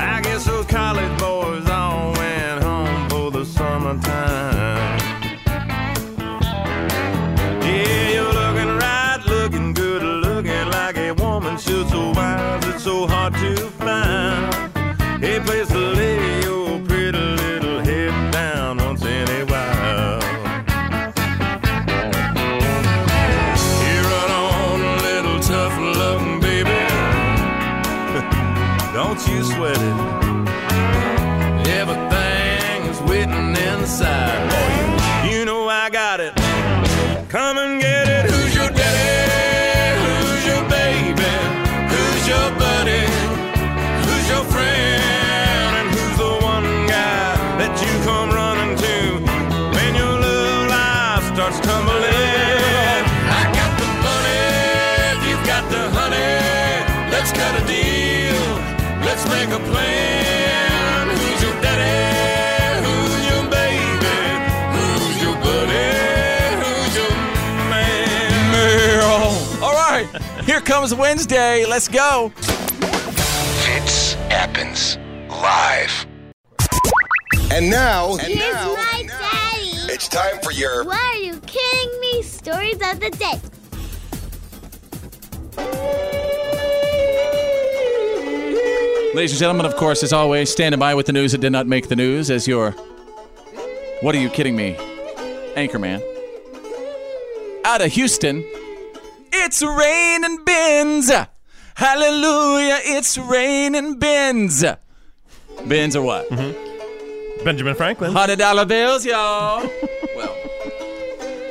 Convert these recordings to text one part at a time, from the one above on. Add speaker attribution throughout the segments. Speaker 1: I guess those college boys all went home for the summertime. Yeah, you're looking right, looking good, looking like a woman should. So why is it so hard to find a place to lay your pretty little head down once in a while? You run on a little tough loving, baby. Don't you sweat it. Everything is waiting inside. Boy, you know I got it. Come and get it. Who's your daddy? Who's your baby? Who's your buddy? Who's your friend? And who's the one guy that you come running to when your love life starts tumbling? I got the money, if you've got the honey. Let's cut a deal, let's make a plan. Who's your daddy? Who's your baby? Who's your buddy? Who's your man?
Speaker 2: Meryl. All right. Here comes Wednesday. Let's go.
Speaker 3: Fits happens live. And now, and
Speaker 4: Here's
Speaker 3: now
Speaker 4: my daddy.
Speaker 3: it's time for your
Speaker 4: What are you kidding me? Stories of the day.
Speaker 2: Ladies and gentlemen, of course, as always, standing by with the news that did not make the news as your. What are you kidding me? Anchorman. Out of Houston, it's raining bins. Hallelujah, it's raining bins. Bins are what?
Speaker 1: Benjamin Franklin.
Speaker 2: Hundred dollar bills, y'all. well,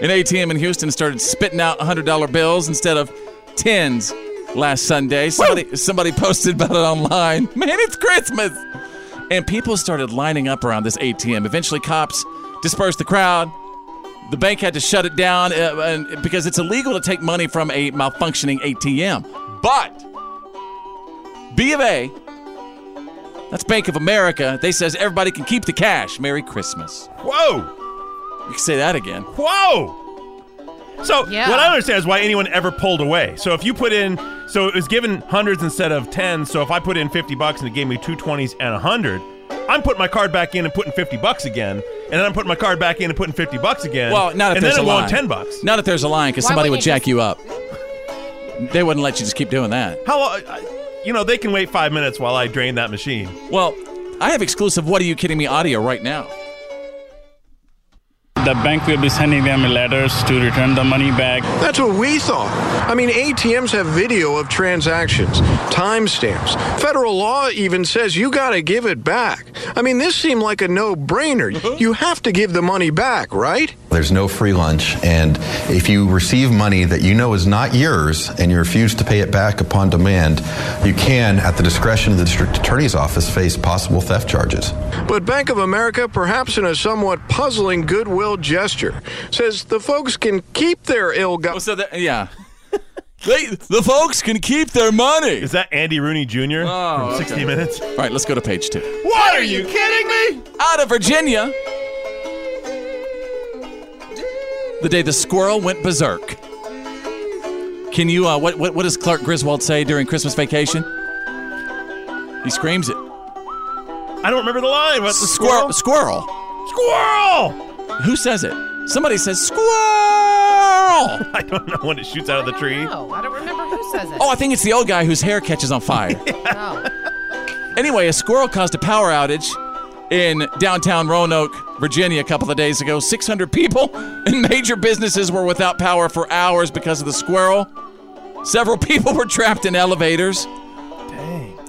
Speaker 2: an ATM in Houston started spitting out hundred dollar bills instead of tens last Sunday. Somebody, somebody posted about it online. Man, it's Christmas, and people started lining up around this ATM. Eventually, cops dispersed the crowd. The bank had to shut it down uh, and, because it's illegal to take money from a malfunctioning ATM. But B of A, that's Bank of America. They says everybody can keep the cash. Merry Christmas.
Speaker 1: Whoa!
Speaker 2: You can say that again.
Speaker 1: Whoa! So
Speaker 5: Yeah.
Speaker 1: what I don't understand is why anyone ever pulled away. So if you put in, so it was given hundreds instead of tens. So if I put in fifty bucks and it gave me two twenties and a hundred, I'm putting my card back in and putting fifty bucks again, and then I'm putting my card back in and putting fifty bucks again.
Speaker 2: Well, not if
Speaker 1: and
Speaker 2: there's
Speaker 1: then
Speaker 2: a
Speaker 1: it
Speaker 2: line.
Speaker 1: won ten bucks.
Speaker 2: Not if there's a line, because
Speaker 5: Why
Speaker 2: somebody would
Speaker 5: wouldn't
Speaker 2: jack
Speaker 5: you
Speaker 2: you up. They wouldn't let you just keep doing that.
Speaker 1: uh, How long? I- You know they can wait five minutes while I drain that machine.
Speaker 2: Well, I have exclusive What Are You Kidding Me audio right now.
Speaker 6: The bank will be sending them letters to return the money back.
Speaker 7: That's what we thought. I mean, ATMs have video of transactions, timestamps. Federal law even says you got to give it back. I mean, this seemed like a no
Speaker 3: Uh-huh.
Speaker 7: brainer. You have to give the money back, right?
Speaker 8: There's no free lunch, and if you receive money that you know is not yours and you refuse to pay it back upon demand, you can, at the discretion of the district attorney's office, face possible theft charges.
Speaker 7: But Bank of America, perhaps in a somewhat puzzling goodwill gesture, says the folks can keep their ill got.
Speaker 2: Oh, so yeah. They, the folks can keep their money.
Speaker 1: Is that Andy Rooney Jr.
Speaker 2: Oh,
Speaker 1: from 60
Speaker 2: okay.
Speaker 1: Minutes?
Speaker 2: All right, let's go to page two.
Speaker 1: What are you kidding me?
Speaker 2: Out of Virginia, the day the squirrel went berserk. Can you, uh, what, what, what does Clark Griswold say during Christmas vacation? He screams it.
Speaker 1: I don't remember the line. What's the
Speaker 2: Squirrel. Squirrel.
Speaker 1: Squirrel!
Speaker 2: Who says it? Somebody says squirrel.
Speaker 1: I don't know when it shoots out of the tree.
Speaker 9: No, I don't remember who says it.
Speaker 2: Oh, I think it's the old guy whose hair catches on fire. Anyway, a squirrel caused a power outage in downtown Roanoke, Virginia, a couple of days ago. 600 people and major businesses were without power for hours because of the squirrel. Several people were trapped in elevators.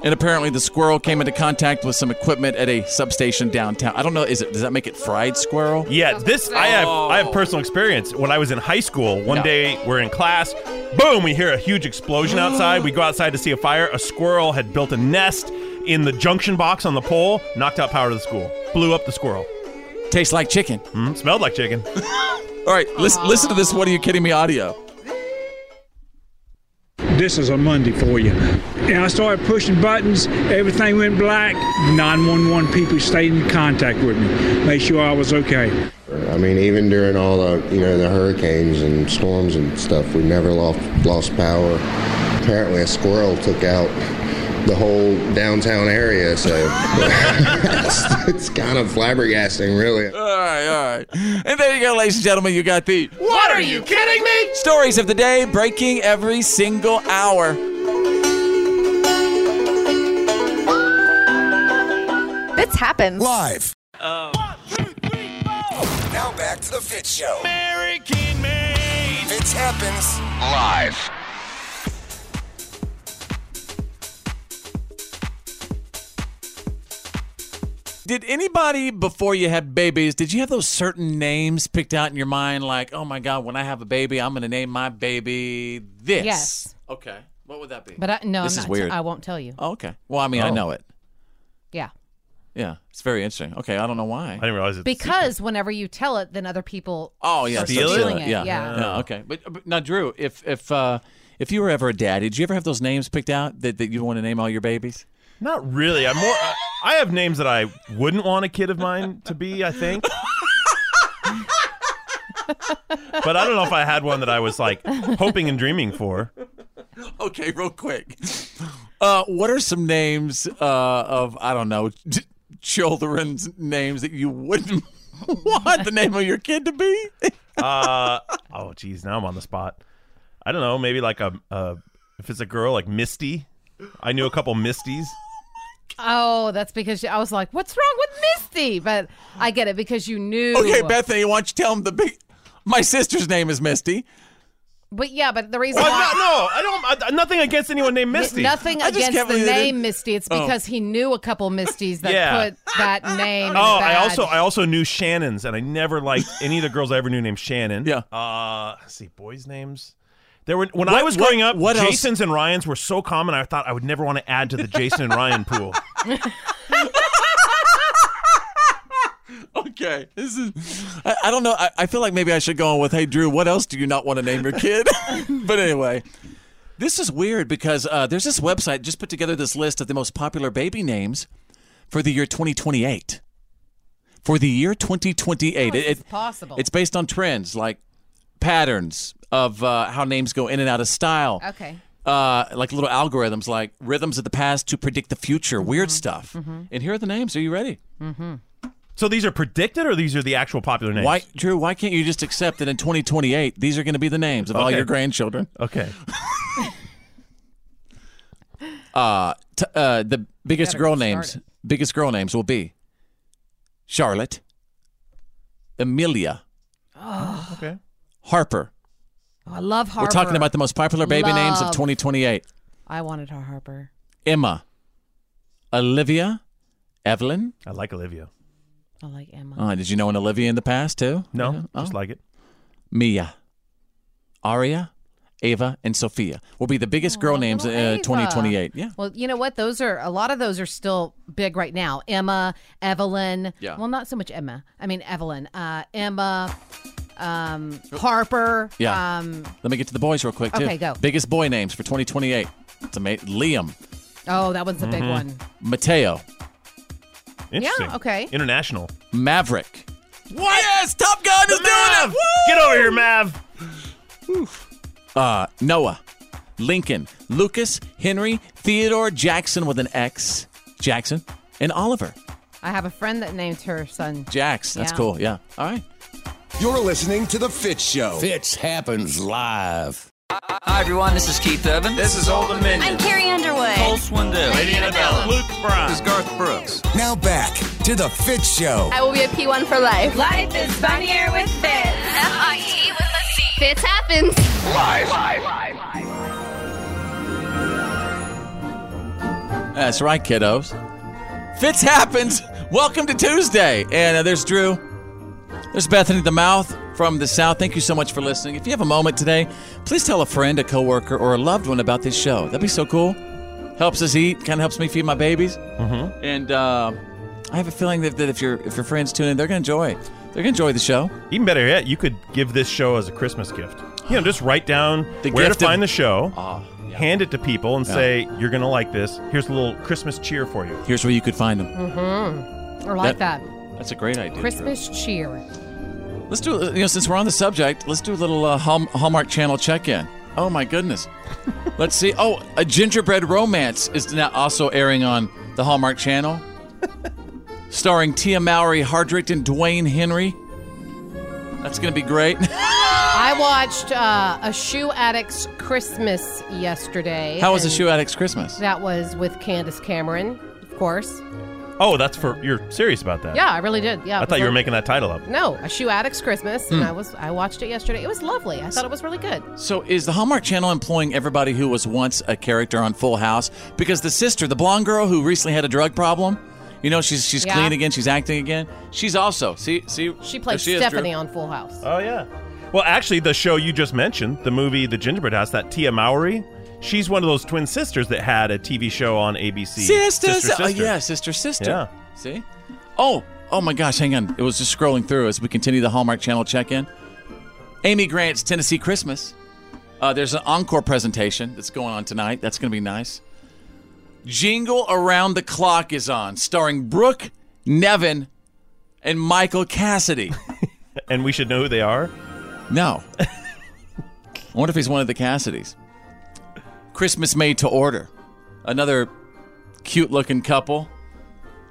Speaker 2: And apparently, the squirrel came into contact with some equipment at a substation downtown. I don't know. Is it? Does that make it fried squirrel?
Speaker 1: Yeah, this I have I have personal experience. When I was in high school, one day we're in class, boom, we hear a huge explosion outside. We go outside to see a fire. A squirrel had built a nest in the junction box on the pole, knocked out power to the school, blew up the squirrel.
Speaker 2: Tastes like chicken.
Speaker 1: Mm, smelled like chicken.
Speaker 2: All right, listen, listen to this. What are you kidding me? Audio.
Speaker 10: this is a Monday for you. And I started pushing buttons. Everything went black. 911 people stayed in contact with me, made sure I was okay.
Speaker 4: I mean, even during all the you know the hurricanes and storms and stuff, we never lost lost power. Apparently, a squirrel took out the whole downtown area, so it's, it's kind of flabbergasting, really.
Speaker 2: All right, all right. And there you go, ladies and gentlemen. You got the
Speaker 1: What are you kidding me?
Speaker 2: stories of the day breaking every single hour.
Speaker 11: Fitz happens.
Speaker 12: Live. Now back to the Fit Show. Fitz happens live.
Speaker 2: Did anybody before you had babies, did you have those certain names picked out in your mind like, "Oh my god, when I have a baby, I'm going to name my baby this."
Speaker 5: Yes.
Speaker 2: Okay. What would that be?
Speaker 5: But I, no,
Speaker 2: This
Speaker 5: I'm
Speaker 2: is
Speaker 5: not,
Speaker 2: weird.
Speaker 5: I won't tell you.
Speaker 2: Oh, okay. Well, I mean, I
Speaker 5: Oh.
Speaker 2: know it.
Speaker 5: Yeah.
Speaker 2: Yeah. It's very interesting. Okay, I don't know why. I
Speaker 1: didn't realize it.
Speaker 5: Because whenever you tell it, then other people.
Speaker 2: Oh, yeah,
Speaker 5: are
Speaker 2: steal it?
Speaker 5: stealing it.
Speaker 2: Yeah. Yeah, okay. But, but now Drew, if if uh if you were ever a dad, did you ever have those names picked out that, that you want to name all your babies?
Speaker 1: Not really. I'm more. I- I have names that I wouldn't want a kid of mine to be. I think. but I don't know if I had one that I was like hoping and dreaming for.
Speaker 2: Okay, real quick. Uh, what are some names uh, of I don't know t- children's names that you wouldn't want the name of your kid to be?
Speaker 1: Uh, oh, geez, now I'm on the spot. I don't know. Maybe like a, a if it's a girl, like Misty. I knew a couple Misties.
Speaker 5: Oh, that's because you- I was like, "What's wrong with Misty?" But I get it because you knew.
Speaker 2: Okay, Bethany, why don't you tell them the big? My sister's name is Misty.
Speaker 5: But yeah, but the reason
Speaker 2: Oh,
Speaker 1: Well,
Speaker 5: why.
Speaker 1: Oh, no, no, I don't. I, nothing against anyone named Misty.
Speaker 5: Nothing
Speaker 1: I just
Speaker 5: against
Speaker 1: can't
Speaker 5: the
Speaker 1: believe they
Speaker 5: name
Speaker 1: didn't-
Speaker 5: Misty. It's
Speaker 1: Oh.
Speaker 5: because he knew a couple Misties that
Speaker 1: Yeah.
Speaker 5: put that name. in
Speaker 1: Oh, I
Speaker 5: bad-
Speaker 1: also I also knew Shannon's, and I never liked any of the girls I ever knew named Shannon. Yeah. Uh, let's see boys' names. There were when I
Speaker 2: What-
Speaker 1: was growing
Speaker 2: what-
Speaker 1: up.
Speaker 2: what else-
Speaker 1: Jasons and Ryan's were so common. I thought I would never want to add to the Jason and Ryan pool.
Speaker 2: Okay, this is. I, I don't know. I, I feel like maybe I should go on with, "Hey, Drew, what else do you not want to name your kid?" but anyway, this is weird because uh, there's this website just put together this list of the most popular baby names for the year 2028. For the year 2028, it, it-
Speaker 5: possible.
Speaker 2: It's based on trends like patterns of uh, how names go in and out of style.
Speaker 5: Okay.
Speaker 2: Uh, like little algorithms, like rhythms of the past to predict the future, weird stuff.
Speaker 5: Mhm.
Speaker 2: And here are the names. Are you ready?
Speaker 5: Mm-hmm.
Speaker 1: So these are predicted, or these are the actual popular names?
Speaker 2: Why, Drew? Why can't you just accept that in 2028 these are going to be the names of all
Speaker 1: Okay.
Speaker 2: your grandchildren?
Speaker 1: Okay.
Speaker 2: uh, t- uh, the biggest
Speaker 1: Gotta
Speaker 2: girl
Speaker 1: get
Speaker 2: names: biggest girl names will be Charlotte, Amelia,
Speaker 1: okay.
Speaker 2: Harper.
Speaker 5: Oh, I love Harper.
Speaker 2: We're talking about the most popular baby names of
Speaker 5: Love.
Speaker 2: 2028.
Speaker 5: I wanted her Harper.
Speaker 2: Emma, Olivia, Evelyn.
Speaker 1: I like Olivia.
Speaker 5: I like Emma.
Speaker 2: Oh, did you know an Olivia in the past too? No, just
Speaker 1: like it.
Speaker 2: Mia, Aria, Ava, and Sophia will be the
Speaker 5: Oh,
Speaker 2: biggest girl names in uh, 2028. Yeah.
Speaker 5: Well, you know what? Those are a lot of those are still big right now. Emma, Evelyn.
Speaker 2: Yeah.
Speaker 5: Well, not so much Emma. I mean Evelyn. Uh, Emma, um, Harper.
Speaker 2: Oh. Yeah.
Speaker 5: Um,
Speaker 2: Let me get to the boys real quick too.
Speaker 5: Okay, go.
Speaker 2: Biggest boy names for 2028. It's amazing. Liam,
Speaker 5: oh, that one's the big
Speaker 2: Mhm.
Speaker 5: one.
Speaker 2: Mateo,
Speaker 5: Interesting. Yeah, okay.
Speaker 1: International.
Speaker 2: Maverick. What? Yes, Top Gun is doing it.
Speaker 1: Get over here, Mav.
Speaker 2: Uh, Noah, Lincoln, Lucas, Henry, Theodore, Jackson with an X, Jackson, and Oliver.
Speaker 5: I have a friend that named her son.
Speaker 2: Jax. That's
Speaker 5: Yeah.
Speaker 2: cool. Yeah. All right.
Speaker 10: You're listening to The Fit Show.
Speaker 2: Fitch happens live.
Speaker 10: Hi, everyone. This is Keith Urban. This is Old Dominion.
Speaker 13: Carrie Underwood.
Speaker 10: Cole Swindell.
Speaker 13: Lady Annabella.
Speaker 10: Luke Bryan. This is Garth Brooks. Now back to The Fit Show.
Speaker 13: I will be a P1 for life.
Speaker 14: Life is funnier with Fitz.
Speaker 13: F-I-T with a C. Fitz happens.
Speaker 10: Live.
Speaker 2: That's right, kiddos. Fitz happens. Welcome to Tuesday. And uh, there's Drew. There's Bethany the Mouth from the South. Thank you so much for listening. If you have a moment today, please tell a friend, a coworker, or a loved one about this show. That'd be so cool. Helps us eat. Kind of helps me feed my babies. Mm-hmm. And uh, I have a feeling that, that if your if your friends tune in, they're gonna enjoy. it. They're gonna enjoy the show.
Speaker 1: Even better yet, you could give this show as a Christmas gift. You know, just write down where to
Speaker 2: gift of-
Speaker 1: find the show, hand it to people, and
Speaker 2: Yeah.
Speaker 1: say you're gonna like this. Here's a little Christmas cheer for you.
Speaker 2: Here's where you could find them.
Speaker 5: Mm-hmm. I like that.
Speaker 2: That's a great idea. Drew.
Speaker 5: Christmas cheer.
Speaker 2: Let's do. You know, since we're on the subject, let's do a little uh, Hall- Hallmark Channel check-in. Oh my goodness. let's see. Oh, a gingerbread romance is now also airing on the Hallmark Channel, starring Tia Mowry Hardrick and Dwayne Henry. That's gonna be great.
Speaker 5: I watched uh, a shoe addict's Christmas yesterday.
Speaker 2: How was the
Speaker 5: and
Speaker 2: Shoe Addicts Christmas?
Speaker 5: That was with Candace Cameron, of course.
Speaker 1: Oh, that's for you're serious about that?
Speaker 5: Yeah, I really did. Yeah,
Speaker 1: I
Speaker 5: it
Speaker 1: thought
Speaker 5: was
Speaker 1: you were
Speaker 5: on-
Speaker 1: making that title up.
Speaker 5: No, a shoe addict's Christmas,
Speaker 2: Hmm.
Speaker 5: and I was I watched it yesterday. It was lovely. I thought it was really good.
Speaker 2: So, is the Hallmark Channel employing everybody who was once a character on Full House? Because the sister, the blonde girl who recently had a drug problem, you know, she's she's
Speaker 5: Yeah.
Speaker 2: clean again, she's acting again. She's also see see
Speaker 5: She played
Speaker 2: there she is, Drew. Uh,
Speaker 5: Stephanie on Full House.
Speaker 1: Oh yeah. Well, actually, the show you just mentioned, the movie The Gingerbread House, that Tia Mowry, she's one of those twin sisters that had a TV show on ABC.
Speaker 2: Sisters.
Speaker 1: Sister,
Speaker 2: Oh,
Speaker 1: Sister.
Speaker 2: yeah, sister, sister.
Speaker 1: Yeah.
Speaker 2: See? Oh, oh my gosh, hang on. It was just scrolling through as we continue the Hallmark Channel check in. Amy Grant's Tennessee Christmas. Uh, there's an encore presentation that's going on tonight. That's going to be nice. Jingle Around the Clock is on, starring Brooke Nevin and Michael Cassidy.
Speaker 1: and we should know who they are?
Speaker 2: No. I wonder if he's one of the Cassidys. Christmas Made to Order. Another cute looking couple.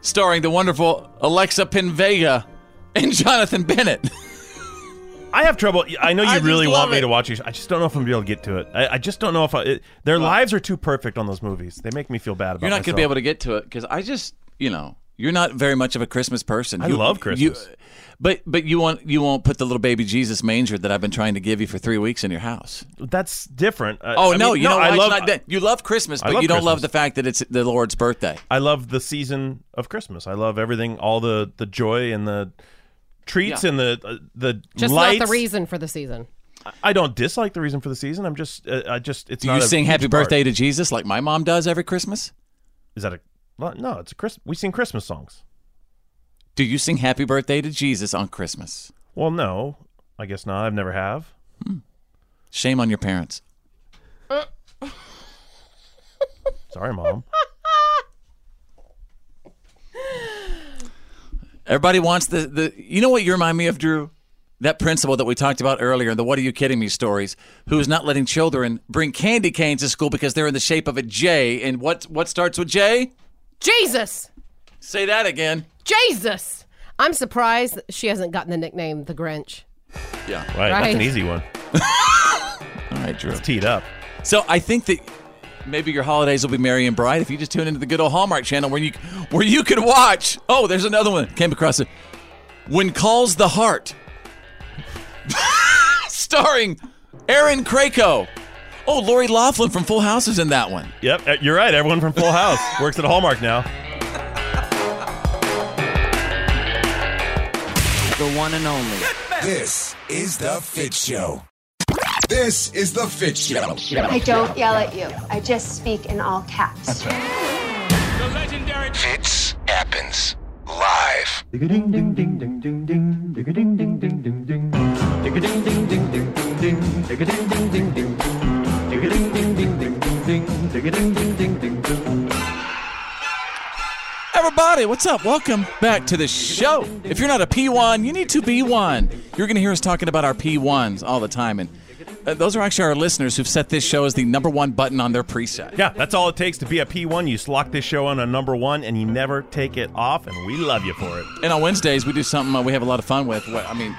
Speaker 2: Starring the wonderful Alexa Pinvega and Jonathan Bennett.
Speaker 1: I have trouble. I know you
Speaker 2: I just
Speaker 1: really
Speaker 2: love
Speaker 1: want me
Speaker 2: it.
Speaker 1: to watch these. I just don't know if I'm gonna be able to get to it. I, I just don't know if I, it, their lives are too perfect on those movies. They make me feel bad about.
Speaker 2: You're not going to
Speaker 1: myself.
Speaker 2: be able to get to it because I just, you know, you're not very much of a Christmas person.
Speaker 1: I
Speaker 2: You-
Speaker 1: love
Speaker 2: you-
Speaker 1: Christmas.
Speaker 2: but but you won't you won't put the little baby Jesus manger that I've been trying to give you for three weeks in your house.
Speaker 1: That's different. Uh,
Speaker 2: oh
Speaker 1: I
Speaker 2: no,
Speaker 1: mean,
Speaker 2: you know why
Speaker 1: I
Speaker 2: it's
Speaker 1: love.
Speaker 2: not that. you love Christmas,
Speaker 1: I
Speaker 2: but
Speaker 1: love
Speaker 2: you don't love
Speaker 1: Christmas.
Speaker 2: the fact that it's the Lord's birthday.
Speaker 1: I love the season of Christmas. I love everything, all the the joy and the treats
Speaker 5: Yeah.
Speaker 1: and the uh, the
Speaker 5: Just
Speaker 1: lights.
Speaker 5: not the reason for the season.
Speaker 1: I don't dislike the reason for the season. I'm just, uh, I just, it's.
Speaker 2: Do
Speaker 1: not
Speaker 2: you
Speaker 1: a
Speaker 2: sing
Speaker 1: huge
Speaker 2: Happy
Speaker 1: part.
Speaker 2: Birthday to Jesus like my mom does every Christmas?
Speaker 1: Is that a well, no? It's a Chris. We sing Christmas songs.
Speaker 2: Do you sing Happy Birthday to Jesus on Christmas?
Speaker 1: Well, no, I guess not. I've never have.
Speaker 2: Shame on your parents.
Speaker 1: Sorry, mom.
Speaker 2: Everybody wants the, the you know what you remind me of, Drew? That principal that we talked about earlier, the what are you kidding me stories, who is not letting children bring candy canes to school because they're in the shape of a J. And what what starts with J?
Speaker 5: Jesus,
Speaker 2: Say that again.
Speaker 5: Jesus! I'm surprised that she hasn't gotten the nickname the Grinch.
Speaker 2: Yeah.
Speaker 1: Right, that's an
Speaker 5: Right.
Speaker 1: easy one.
Speaker 2: All right, Drew. It's
Speaker 1: teed up.
Speaker 2: So I think that Maybe your holidays will be merry and bright if you just tune into the good old Hallmark channel where you where you can watch. Oh, there's another one. Came across it. When calls the heart, starring Aaron Krakow. Oh, Lori Laughlin from Full House is in that one.
Speaker 1: Yep, uh, you're right. Everyone from Full House works at Hallmark now.
Speaker 8: The one and only. This is The Fit Show. This is The Fit Show.
Speaker 15: I don't yell at you. I just speak in all caps.
Speaker 8: That's right.
Speaker 16: Fits happens live.
Speaker 2: Everybody, what's up? Welcome back to the show. If you're not a P1, you need to be one. You're going to hear us talking about our P1s all the time. And uh, those are actually our listeners who've set this show as the number one button on their preset.
Speaker 1: Yeah, that's all it takes to be a P1. You lock this show on a number one and you never take it off, and we love you for it.
Speaker 2: And on Wednesdays, we do something uh, we have a lot of fun with. Well, I mean,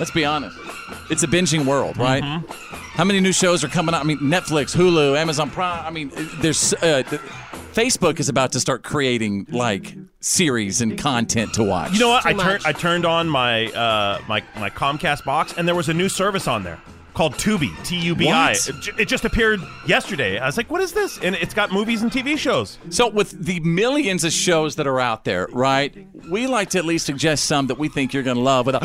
Speaker 2: let's be honest. It's a binging world, right?
Speaker 1: Mm-hmm.
Speaker 2: How many new shows are coming out? I mean, Netflix, Hulu, Amazon Prime. I mean, there's uh, th- Facebook is about to start creating like series and content to watch.
Speaker 1: You know what? I turned I turned on my uh, my my Comcast box, and there was a new service on there called Tubi. T U B I.
Speaker 2: What?
Speaker 1: It ju- It just appeared yesterday. I was like, "What is this?" And it's got movies and TV shows.
Speaker 2: So, with the millions of shows that are out there, right? We like to at least suggest some that we think you're going to love. With a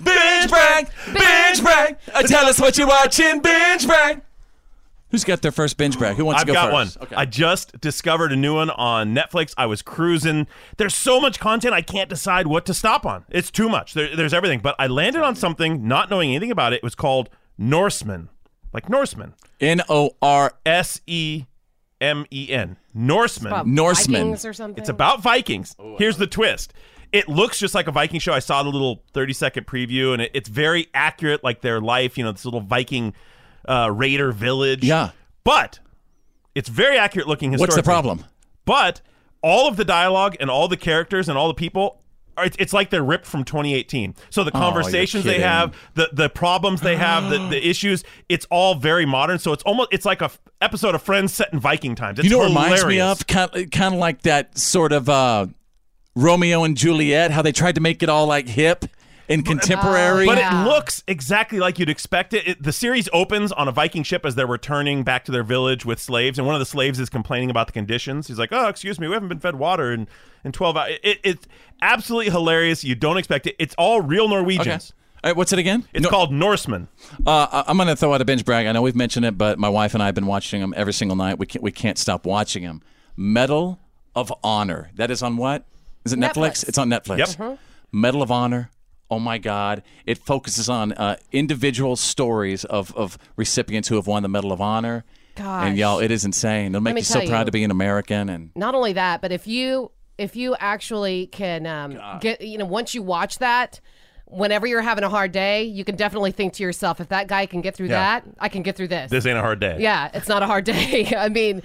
Speaker 2: binge brag, binge brag. Uh, tell us what you're watching, binge brag. Who's got their first binge brag? Who wants
Speaker 1: I've
Speaker 2: to go
Speaker 1: got
Speaker 2: first?
Speaker 1: one. I just discovered a new one on Netflix. I was cruising. There's so much content, I can't decide what to stop on. It's too much. There, there's everything. But I landed on something, not knowing anything about it. It was called Norseman, like Norseman.
Speaker 2: N O R
Speaker 1: S E M E N. Norseman.
Speaker 5: It's about Norseman. Vikings or something?
Speaker 1: It's about Vikings. Here's the twist. It looks just like a Viking show. I saw the little 30 second preview, and it, it's very accurate, like their life. You know, this little Viking uh, raider village. Yeah, but it's very accurate looking.
Speaker 2: What's the
Speaker 1: historically.
Speaker 2: problem?
Speaker 1: But all of the dialogue and all the characters and all the people. are- It's it's like they're ripped from 2018. So the
Speaker 2: Oh, you're
Speaker 1: conversations they
Speaker 2: kidding.
Speaker 1: have, the the problems they have, the, the issues, it's all very modern. So it's almost it's like a f- episode of Friends set in Viking times. It's
Speaker 2: you know what
Speaker 1: hilarious.
Speaker 2: reminds me of? Kind, kind of like that sort of uh, Romeo and Juliet, how they tried to make it all like hip and contemporary.
Speaker 1: But it looks exactly like you'd expect it. it. The series opens on a Viking ship as they're returning back to their village with slaves, and one of the slaves is complaining about the conditions. He's like, "Oh, excuse me, we haven't been fed water in in twelve hours." It, it- it's absolutely hilarious. You don't expect it. It's all real Norwegians.
Speaker 2: All right, what's it again?
Speaker 1: It's called Norseman.
Speaker 2: Uh, I- I'm going to throw out a binge brag. I know we've mentioned it, but my wife and I have been watching them every single night. We can't, we can't stop watching them. Medal of Honor. That is on what? Is it Netflix?
Speaker 17: Netflix.
Speaker 2: It's on Netflix.
Speaker 17: Yep. Mhm.
Speaker 2: Medal of Honor. Oh my God! It focuses on uh, individual stories of, of recipients who have won the Medal of Honor.
Speaker 5: Gosh.
Speaker 2: And y'all, it is insane. It'll
Speaker 5: Let
Speaker 2: make
Speaker 5: me
Speaker 2: you so
Speaker 5: tell
Speaker 2: proud
Speaker 5: you.
Speaker 2: to be an American. And
Speaker 5: Not only that, but if you if you actually can um, get you know once you watch that, whenever you're having a hard day, you can definitely think to yourself, if that guy can get through
Speaker 1: Yeah.
Speaker 5: that, I can get through this.
Speaker 1: This ain't a hard day.
Speaker 5: Yeah, it's not a hard day. I mean,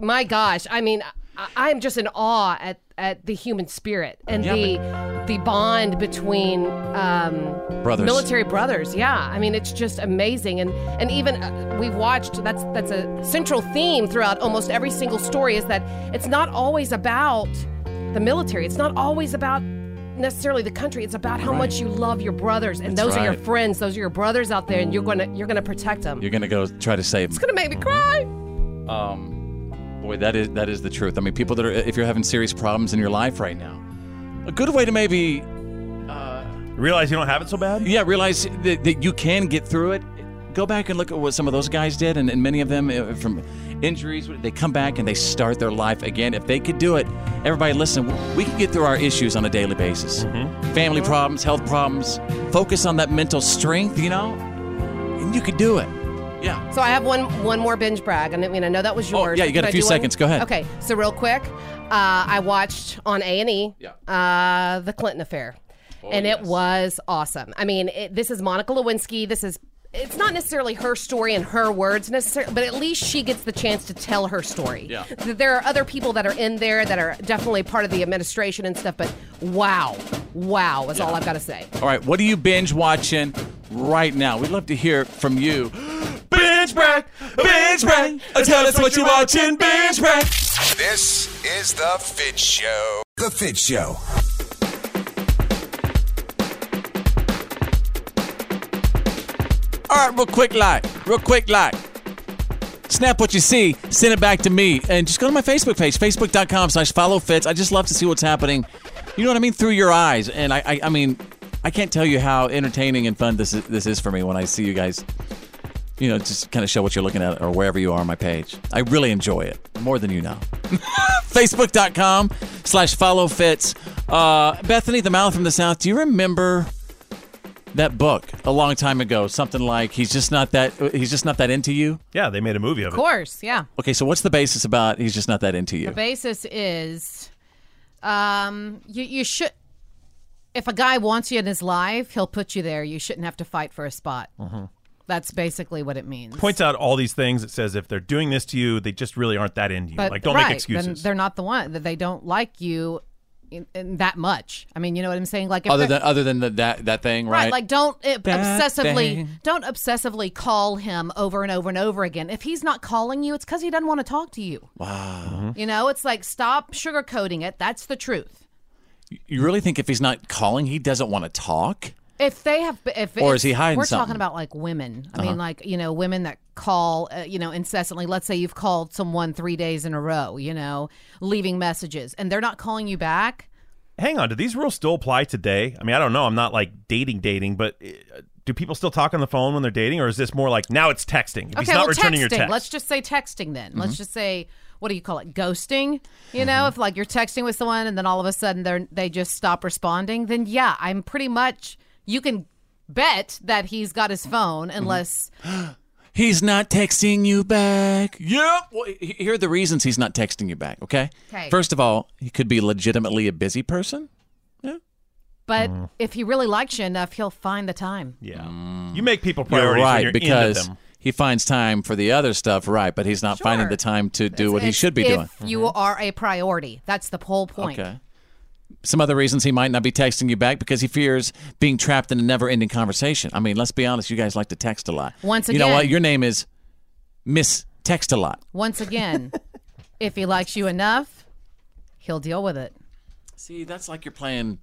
Speaker 5: my gosh. I mean, I, I'm just in awe at, at the human spirit and
Speaker 2: Yeah,
Speaker 5: the the bond between um,
Speaker 2: Brothers.
Speaker 5: military brothers. Yeah, I mean, it's just amazing. And and even uh, we've watched that's that's a central theme throughout almost every single story is that it's not always about the military. It's not always about necessarily the country it's about how much you love your brothers and
Speaker 2: That's
Speaker 5: those are your
Speaker 2: right.
Speaker 5: friends those are your brothers out there and you're gonna you're gonna protect them
Speaker 2: you're going to go try to save them.
Speaker 5: it's gonna make me cry.
Speaker 2: Um, boy, that is that is the truth. I mean, people that are if you're having serious problems in your life right now, a good way to maybe uh,
Speaker 1: realize you don't have it so bad.
Speaker 2: Yeah, realize that, that you can get through it. Go back and look at what some of those guys did, and, and many of them uh, from injuries, they come back and they start their life again. If they could do it, everybody, listen, we can get through our issues on a daily basis. Family problems, health problems. Focus on that mental strength, you know, and you could do it. Yeah.
Speaker 5: So I have one one more binge brag. I mean, I know that was yours.
Speaker 2: Oh, yeah, you got
Speaker 5: Can
Speaker 2: a
Speaker 5: I
Speaker 2: few
Speaker 5: do
Speaker 2: seconds. Go ahead.
Speaker 5: Okay, so real quick, uh, I watched on A and E uh, the Clinton affair,
Speaker 2: Oh,
Speaker 5: and it was awesome. I mean, it, this is Monica Lewinsky. This is. It's not necessarily her story and her words necessarily, but at least she gets the chance to tell her story.
Speaker 2: Yeah.
Speaker 5: Th- There are other people that are in there that are definitely part of the administration and stuff, but wow, wow is all I've got to say.
Speaker 2: All right, what are you binge watching right now? We'd love to hear from you. binge Binge break, binge break. Tell us what you're watching, binge break.
Speaker 8: This is The Fit Show. The Fit Show.
Speaker 2: All right, real quick, like, real quick, like. Snap what you see, send it back to me, and just go to my Facebook page, facebook.com slash follow fits. I just love to see what's happening, you know what I mean, through your eyes. And I, I, I mean, I can't tell you how entertaining and fun this is, this is for me when I see you guys, you know, just kind of show what you're looking at or wherever you are on my page. I really enjoy it more than you know. facebook.com slash follow fits. Uh, Bethany, the mouth from the south, do you remember that book a long time ago? Something like he's just not that he's just not that into you.
Speaker 1: Yeah, they made a movie of
Speaker 5: Of course, yeah.
Speaker 2: Okay, so what's the basis about he's just not that into
Speaker 5: The
Speaker 2: you?
Speaker 5: basis is, um, you you should. If a guy wants you in his life, he'll put you there. You shouldn't have to fight for a spot.
Speaker 2: Mm-hmm.
Speaker 1: Mhm.
Speaker 5: That's basically what it means.
Speaker 1: Points out all these things. It says if they're doing this to you, they just really aren't that into you. like, don't
Speaker 5: right,
Speaker 1: make
Speaker 5: then
Speaker 1: excuses.
Speaker 5: they're not the one that they don't like you in, in that much. I mean, you know what I'm saying? Like if
Speaker 2: Other
Speaker 5: they're-
Speaker 2: than other than the, that that thing,
Speaker 5: Right,
Speaker 2: right?
Speaker 5: like don't uh,
Speaker 2: That
Speaker 5: obsessively
Speaker 2: thing.
Speaker 5: don't obsessively call him over and over and over again. If he's not calling you, it's because he doesn't want to talk to you.
Speaker 2: wow.
Speaker 5: You know, it's like stop sugarcoating it. That's the truth.
Speaker 2: You really think if he's not calling, he doesn't want to talk?
Speaker 5: If they have, if
Speaker 2: Or is
Speaker 5: it's-
Speaker 2: he hiding
Speaker 5: We're
Speaker 2: something?
Speaker 5: talking about like women. I
Speaker 2: Uh-huh.
Speaker 5: mean, like you know, women that call, uh, you know, incessantly. Let's say you've called someone three days in a row. You know, leaving messages and they're not calling you back.
Speaker 1: Hang on, do these rules still apply today? I mean, I don't know. I'm not like dating dating, but uh, do people still talk on the phone when they're dating, or is this more like now it's texting? If he's
Speaker 5: okay,
Speaker 1: not
Speaker 5: well,
Speaker 1: returning
Speaker 5: texting.
Speaker 1: your text,
Speaker 5: Let's just say texting
Speaker 1: Mhm.
Speaker 5: then.
Speaker 2: Mm-hmm.
Speaker 5: Let's just say what do you call it? Ghosting. You know, if like you're texting with someone and then all of a sudden they they just stop responding, then yeah, I'm pretty much you can bet that he's got his phone
Speaker 2: Mm-hmm.
Speaker 5: unless
Speaker 2: He's not texting you back. Yep. Well, he- here are the reasons he's not texting you back, okay?
Speaker 5: 'Kay.
Speaker 2: First of all, he could be legitimately a busy person.
Speaker 5: but
Speaker 2: Mm-hmm.
Speaker 5: if he really likes you enough, he'll find the time.
Speaker 1: Yeah. you make people
Speaker 2: You're
Speaker 1: priorities when
Speaker 2: right,
Speaker 1: you're into
Speaker 2: because
Speaker 1: them.
Speaker 2: he finds time for the other stuff, right, but he's not finding the time to do what he should be
Speaker 5: if
Speaker 2: doing.
Speaker 5: you are a priority. That's the whole point.
Speaker 2: Okay. Some other reasons he might not be texting you back because he fears being trapped in a never ending conversation. I mean, let's be honest, you guys like to text a lot.
Speaker 5: Once
Speaker 2: you know what?
Speaker 5: again-
Speaker 2: Your name is Miss Text a Lot.
Speaker 5: Once again, if he likes you enough, he'll deal with it.
Speaker 2: See, that's like you're playing.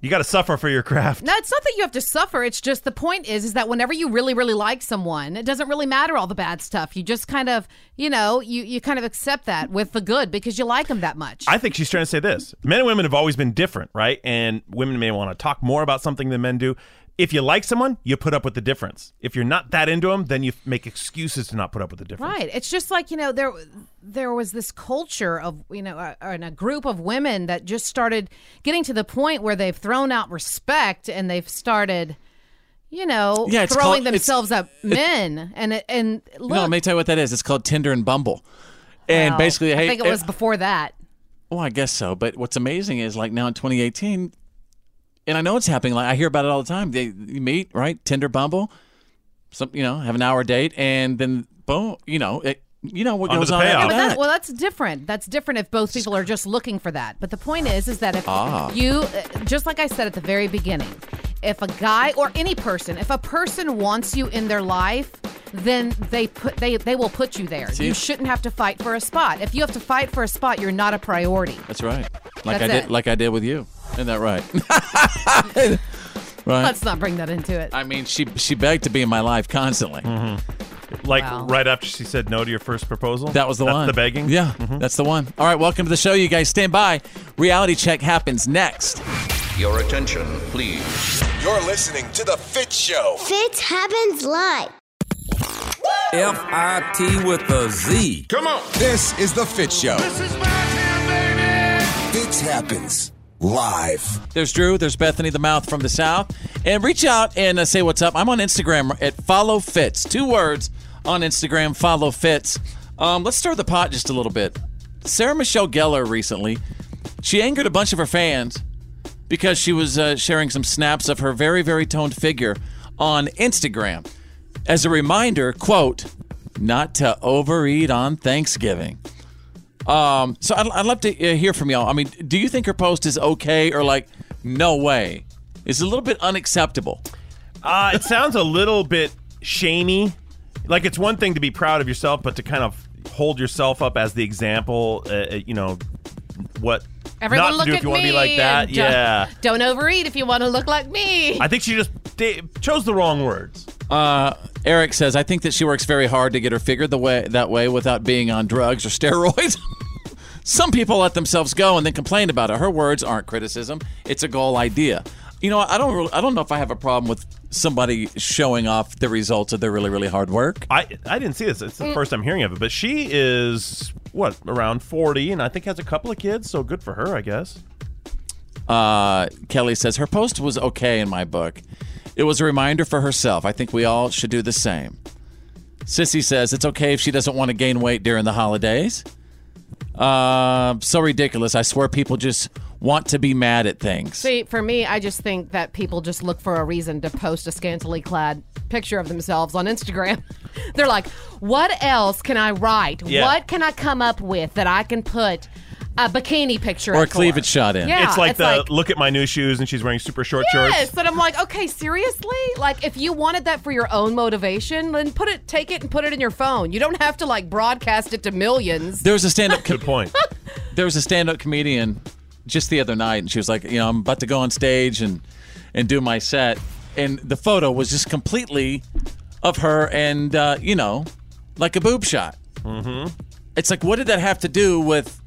Speaker 1: You got to suffer for your craft.
Speaker 5: No, it's not that you have to suffer. It's just the point is, is that whenever you really, really like someone, it doesn't really matter all the bad stuff. You just kind of, you know, you, you kind of accept that with the good because you like them that much.
Speaker 1: I think she's trying to say this. Men and women have always been different, right? And women may want to talk more about something than men do. If you like someone, you put up with the difference. If you're not that into them, then you make excuses to not put up with the difference.
Speaker 5: Right. It's just like you know there there was this culture of you know uh, and a group of women that just started getting to the point where they've thrown out respect and they've started you know
Speaker 2: Yeah, it's
Speaker 5: throwing
Speaker 2: called- it's-
Speaker 5: themselves up
Speaker 2: it-
Speaker 5: men and it, and look
Speaker 2: No, let me tell you what that is. It's called Tinder and Bumble. And
Speaker 5: well,
Speaker 2: basically, hey,
Speaker 5: I think it was before that.
Speaker 2: Well, I guess so. But what's amazing is like now in 2018, and I know it's happening. Like I hear about it all the time. They you meet, right? Tinder, Bumble, some you know, have an hour date, and then boom, you know, it, you know what
Speaker 1: Onto
Speaker 2: goes
Speaker 1: the
Speaker 2: on
Speaker 1: payoff.
Speaker 2: after
Speaker 5: But that's,
Speaker 2: that.
Speaker 5: well, that's different. That's different if both people are just looking for that. But the point is, is that if
Speaker 2: Ah.
Speaker 5: you, uh, just like I said at the very beginning, if a guy or any person, if a person wants you in their life, then they put they they will put you there.
Speaker 2: See?
Speaker 5: You shouldn't have to fight for a spot. If you have to fight for a spot, you're not a priority.
Speaker 2: That's right. Like
Speaker 5: That's
Speaker 2: I did,
Speaker 5: it.
Speaker 2: like I did with you. Isn't that right?
Speaker 1: Uh,
Speaker 2: right.
Speaker 5: Let's not bring that into it.
Speaker 2: I mean, she she begged to be in my life constantly.
Speaker 1: Mm-hmm. Like right after she said no to your first proposal.
Speaker 2: That was the
Speaker 1: That's
Speaker 2: one.
Speaker 1: The begging. Mm-hmm.
Speaker 2: Yeah, that's the one. All right, welcome to the show, you guys. Stand by. Reality check happens next.
Speaker 18: Your attention, please.
Speaker 8: You're listening to The Fit Show.
Speaker 4: Fits happens live.
Speaker 10: F I T with a Z.
Speaker 8: Come on. This is The Fit Show. This is my time, baby. Fits happens live.
Speaker 2: There's Drew. There's Bethany, the mouth from the south. And reach out and uh, say what's up. I'm on Instagram at follow fits. Two words on Instagram. Follow fits. Um, let's stir the pot just a little bit. Sarah Michelle Gellar recently, she angered a bunch of her fans because she was uh, sharing some snaps of her very very toned figure on Instagram. As a reminder, quote, not to overeat on Thanksgiving. Um, so I'd, I'd love to uh, hear from y'all. I mean, do you think her post is okay or like, no way? It's a little bit unacceptable.
Speaker 1: Uh, it sounds a little bit shamey Like it's one thing to be proud of yourself, but to kind of hold yourself up as the example, uh, uh, you know, what
Speaker 5: Everyone
Speaker 1: not to
Speaker 5: look
Speaker 1: do
Speaker 5: at
Speaker 1: if you want to
Speaker 5: me
Speaker 1: be like that.
Speaker 5: and uh, don't-
Speaker 1: Yeah.
Speaker 5: Don't overeat if you want to look like me.
Speaker 1: I think she just chose the wrong words.
Speaker 2: Uh, Eric says, I think that she works very hard to get her figure the way that way without being on drugs or steroids. Some people let themselves go and then complain about it. Her words aren't criticism; it's a goal idea. You know, I don't, really, I don't know if I have a problem with somebody showing off the results of their really, really hard work.
Speaker 1: I, I didn't see this. It's the
Speaker 2: Mm.
Speaker 1: first I'm hearing of it, but she is what around 40, and I think has a couple of kids. So good for her, I guess.
Speaker 2: Uh, Kelly says her post was okay in my book. It was a reminder for herself. I think we all should do the same. Sissy says it's okay if she doesn't want to gain weight during the holidays. Uh, so ridiculous. I swear people just want to be mad at things.
Speaker 5: See, for me, I just think that people just look for a reason to post a scantily clad picture of themselves on Instagram. They're like, what else can I write?
Speaker 2: Yeah.
Speaker 5: What can I come up with that I can put a bikini picture
Speaker 1: Or
Speaker 5: up
Speaker 1: a cleavage
Speaker 5: for?
Speaker 2: shot
Speaker 5: in. Yeah,
Speaker 1: it's like
Speaker 5: Ah, it's
Speaker 1: the
Speaker 5: like-
Speaker 1: look at my new shoes, and she's wearing super short
Speaker 5: Yes,
Speaker 1: shorts.
Speaker 5: but I'm like, okay, seriously? Like, if you wanted that for your own motivation, then put it, take it, and put it in your phone. You don't have to like broadcast it to millions.
Speaker 2: There was a stand up. Good
Speaker 1: point.
Speaker 2: There was a stand up comedian just the other night, and she was like, you know, I'm about to go on stage and and do my set, and the photo was just completely of her and uh, you know, like a boob shot. Mm-hmm. It's like, what did that have to do with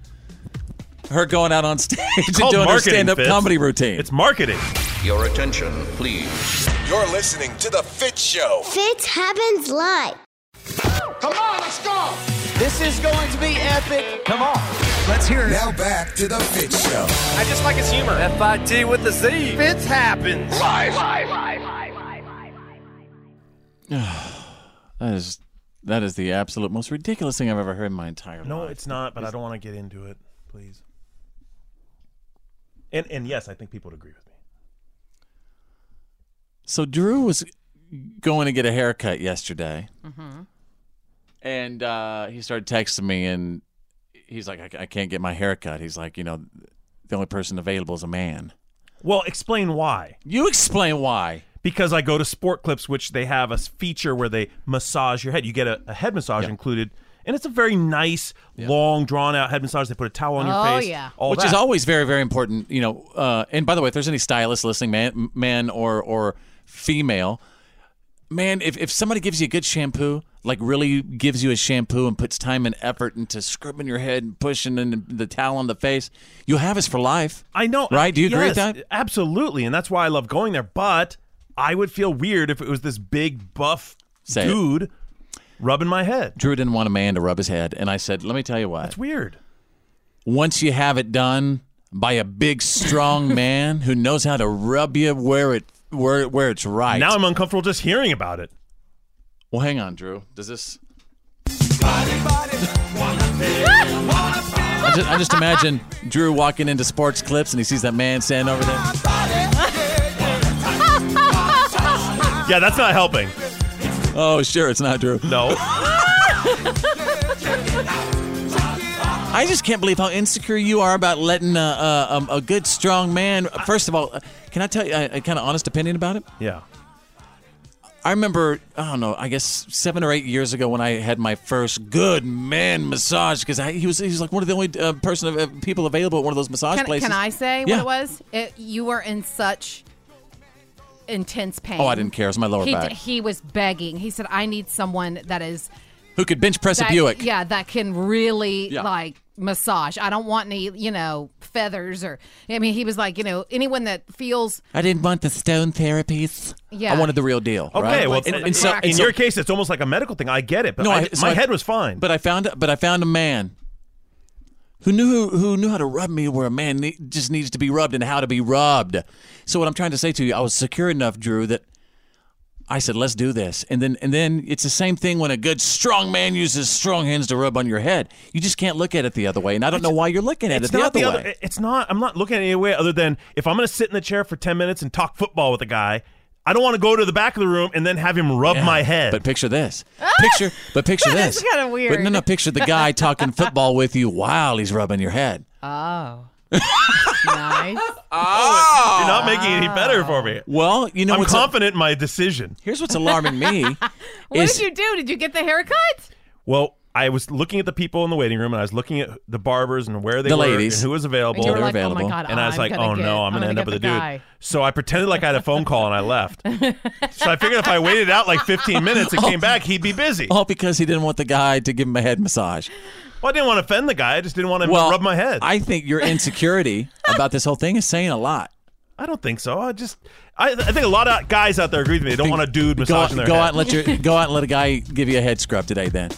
Speaker 2: her going out on stage and
Speaker 19: called
Speaker 2: doing her
Speaker 19: marketing,
Speaker 2: stand up
Speaker 19: Fitz.
Speaker 2: comedy routine? It's
Speaker 1: marketing.
Speaker 19: Your attention, please.
Speaker 8: You're listening to The Fit Show.
Speaker 4: Fitz happens live.
Speaker 7: Come on, let's go. This is going to be epic. Come on.
Speaker 8: Let's hear it. Now back to The Fit Show.
Speaker 20: I just like his humor. F-I-T with the Z. Fitz happens.
Speaker 7: Live.
Speaker 20: Live. Live. Live.
Speaker 2: that is that is the absolute most ridiculous thing I've ever heard in my entire life.
Speaker 1: No, it's not. But I don't want to get into it, please. And and yes, I think people would agree with me.
Speaker 2: So Drew was going to get a haircut yesterday.
Speaker 7: Mm-hmm.
Speaker 2: and uh, he started texting me and he's like I, I can't get my hair cut he's like you know the only person available is a man
Speaker 1: Well, explain why.
Speaker 2: You explain why.
Speaker 1: Because I go to Sport Clips, which they have a s- feature where they massage your head. You get a, a head massage included, and it's a very nice, long, drawn out head massage. They put a towel on your
Speaker 2: Oh,
Speaker 1: face.
Speaker 2: yeah.
Speaker 1: all
Speaker 2: Which is
Speaker 1: that.
Speaker 2: always very very important you know uh, and by the way if there's any stylist listening man man or or female man if, if somebody gives you a good shampoo like really gives you a shampoo and puts time and effort into scrubbing your head and pushing and the towel on the face you'll have us for life
Speaker 1: I know.
Speaker 2: right do you agree with
Speaker 1: Yes,
Speaker 2: that
Speaker 1: Absolutely, and that's why I love going there. But I would feel weird if it was this big buff
Speaker 2: Say it.
Speaker 1: dude rubbing my head
Speaker 2: drew didn't want a man to rub his head and i said let me tell you what
Speaker 1: It's weird.
Speaker 2: once you have it done by a big strong man who knows how to rub you where it where where it's right. Now
Speaker 1: I'm uncomfortable just hearing about it.
Speaker 2: Well, hang on, Drew. Does this? I just, I just imagine Drew walking into sports clips and he sees that man standing over there.
Speaker 1: Yeah, that's not helping.
Speaker 2: Oh, sure, it's not Drew.
Speaker 1: No.
Speaker 2: I just can't believe how insecure you are about letting a, a, um, a good, strong man. First of all, uh, can I tell you a, a kind of honest opinion about it?
Speaker 1: Yeah.
Speaker 2: I remember, I don't know, I guess seven or eight years ago when I had my first good man massage because he was, he was like one of the only uh, person uh, people available at one of those massage
Speaker 5: Can,
Speaker 2: places.
Speaker 5: can I say
Speaker 2: Yeah.
Speaker 5: what it was? It, you were in such intense pain.
Speaker 2: Oh, I didn't care. It was my lower
Speaker 5: he,
Speaker 2: back.
Speaker 5: He was begging. He said, "I need someone that is
Speaker 2: Who could bench press
Speaker 5: that,
Speaker 2: a Buick?
Speaker 5: Yeah, that can really
Speaker 2: Yeah.
Speaker 5: like massage. I don't want any, you know, feathers or. I mean, he was like, you know, anyone that feels
Speaker 2: I didn't want the stone therapies.
Speaker 5: Yeah.
Speaker 2: I wanted the real deal.
Speaker 1: Okay,
Speaker 2: right?
Speaker 1: well,
Speaker 2: And-
Speaker 1: in,
Speaker 2: and so- and so-
Speaker 1: your case, it's almost like a medical thing. I get it, but
Speaker 2: No,
Speaker 1: I-
Speaker 2: I-
Speaker 1: my
Speaker 2: so I-
Speaker 1: head was fine.
Speaker 2: But I found but I found a man who knew who knew how to rub me where a man ne- just needs to be rubbed and how to be rubbed. So what I'm trying to say to you, I was secure enough, Drew, that I said, "Let's do this." And then and then it's the same thing when a good strong man uses strong hands to rub on your head. You just can't look at it the other way, and I don't know why you're looking at it
Speaker 1: It's
Speaker 2: the
Speaker 1: not
Speaker 2: other
Speaker 1: the
Speaker 2: way.
Speaker 1: other. It's not. I'm not looking at it any way other than if I'm going to sit in the chair for ten minutes and talk football with a guy, I don't want to go to the back of the room and then have him rub my head.
Speaker 2: But picture this. Picture, but picture
Speaker 5: That
Speaker 2: this.
Speaker 5: is kinda
Speaker 2: But no, no.
Speaker 5: weird.
Speaker 2: Picture the guy talking football with you while he's rubbing your head.
Speaker 5: oh,
Speaker 21: nice.
Speaker 1: Oh, you're not making it any better for me.
Speaker 2: Well, you know,
Speaker 1: I'm
Speaker 2: what's a-
Speaker 1: confident in my decision.
Speaker 2: Here's what's alarming me.
Speaker 21: What
Speaker 1: Is-
Speaker 21: did you do? Did you get the haircut?
Speaker 1: Well, I was looking at the people in the waiting room, and I was looking at the barbers and where they
Speaker 2: The
Speaker 1: were
Speaker 2: ladies.
Speaker 1: and who was available.
Speaker 2: And you were They were like, "Oh my available. God,
Speaker 1: and I was
Speaker 2: I'm
Speaker 1: like,
Speaker 2: gonna
Speaker 1: "Oh
Speaker 2: get-
Speaker 1: no, I'm
Speaker 2: I'm
Speaker 1: gonna,
Speaker 2: gonna
Speaker 1: end up with
Speaker 2: get the
Speaker 1: a dude."
Speaker 2: guy.
Speaker 1: So I pretended like I had a phone call, and I left. so I figured if I waited out like 15 minutes
Speaker 2: Oh.
Speaker 1: and came back, he'd be busy.
Speaker 2: All because he didn't want the guy to give him a head massage.
Speaker 1: Well, I didn't want to offend the guy. I just didn't want him
Speaker 2: well,
Speaker 1: to rub my head.
Speaker 2: I think your insecurity about this whole thing is saying a lot.
Speaker 1: I don't think so. I just, I, I think a lot of guys out there agree with me. They don't want a dude massaging
Speaker 2: go,
Speaker 1: their
Speaker 2: go
Speaker 1: head.
Speaker 2: out and let your go out and let a guy give you a head scrub today. Then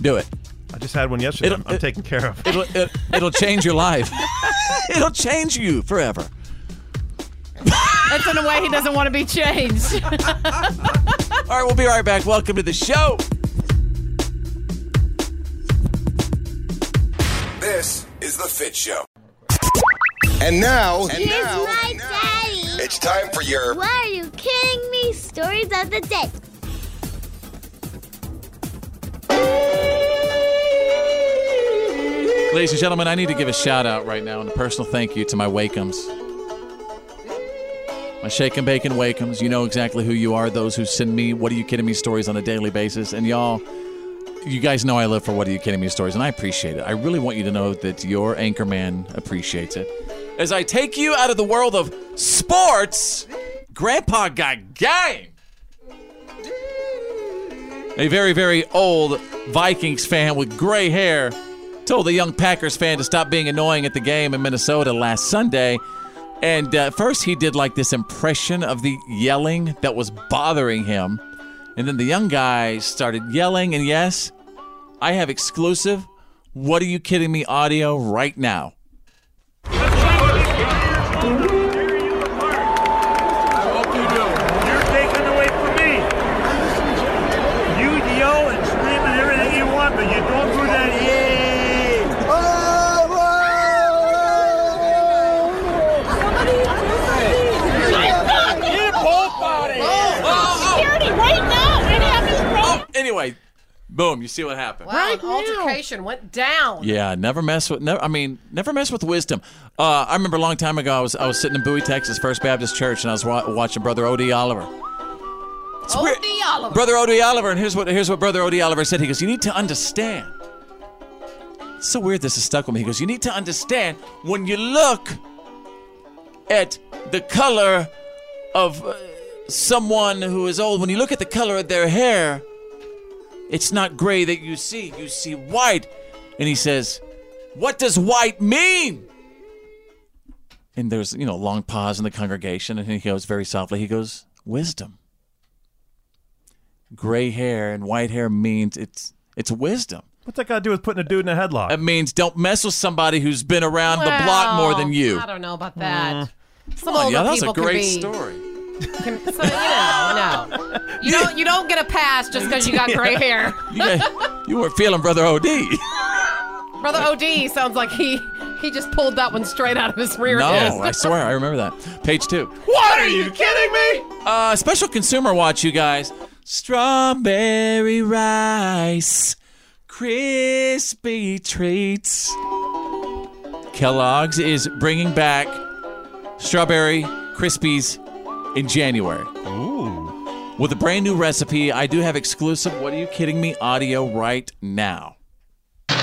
Speaker 2: do it.
Speaker 1: I just had one yesterday. I'm taken care of.
Speaker 2: It'll, it, it'll change your life. it'll change you forever.
Speaker 21: That's in a way he doesn't want to be changed.
Speaker 2: All right, we'll be right back. Welcome to the show.
Speaker 8: This is the Fit Show.
Speaker 16: And now,
Speaker 22: Here's my daddy.
Speaker 8: It's time for your
Speaker 22: Why are you kidding me? Stories of the day.
Speaker 2: Ladies and gentlemen, I need to give a shout out right now and a personal thank you to my Wakems. My Shake and Bacon Wakems, you know exactly who you are, those who send me What Are You Kidding Me stories on a daily basis. And y'all, you guys know I live for What Are You Kidding Me stories, and I appreciate it. I really want you to know that your anchorman appreciates it. As I take you out of the world of sports, Grandpa got game. A very, very old Vikings fan with gray hair told the young Packers fan to stop being annoying at the game in Minnesota last Sunday. And uh, first, he did like this impression of the yelling that was bothering him. And then the young guy started yelling. And yes, I have exclusive, what are you kidding me audio right now.
Speaker 23: You're taking away from me. You yell and scream and everything you want, but you don't do that. Yay!
Speaker 2: Oh, anyway, boom, you see what happened.
Speaker 5: Wow, an altercation went down.
Speaker 2: Yeah, never mess with. Never, I mean, never mess with wisdom. Uh, I remember a long time ago, I was I was sitting in Bowie, Texas, First Baptist Church, and I was wa- watching Brother Odie Oliver.
Speaker 21: O.D. Oliver.
Speaker 2: Brother Odie Oliver, and here's what here's what Brother Odie Oliver said. He goes, "You need to understand." It's so weird this is stuck with me. He goes, "You need to understand when you look at the color of uh, someone who is old. When you look at the color of their hair, it's not gray that you see. You see white." And he says, "What does white mean?" And there's, you know, a long pause in the congregation, and he goes very softly, he goes, Wisdom. Gray hair and white hair means it's it's wisdom.
Speaker 1: What's that got to do with putting a dude in a headlock?
Speaker 2: It means don't mess with somebody who's been around the block more than
Speaker 5: Well,
Speaker 2: you.
Speaker 5: I don't know about that. Some
Speaker 2: Come on,
Speaker 5: older
Speaker 2: yeah, that's a
Speaker 5: people can
Speaker 2: great
Speaker 5: be-
Speaker 2: story.
Speaker 5: Can, so, you know, no. You don't. You don't get a pass just because you got gray hair.
Speaker 2: Yeah, you were feeling Brother O.D.
Speaker 5: Brother Od sounds like he he just pulled that one straight out of his rear
Speaker 2: No,
Speaker 5: end.
Speaker 2: I swear, I remember that. Page two.
Speaker 5: What are you kidding me?
Speaker 2: Uh, special consumer watch, you guys. Strawberry rice, crispy treats. Kellogg's is bringing back strawberry crispies in January. Ooh. With a brand new recipe, I do have exclusive What Are You Kidding Me audio right now.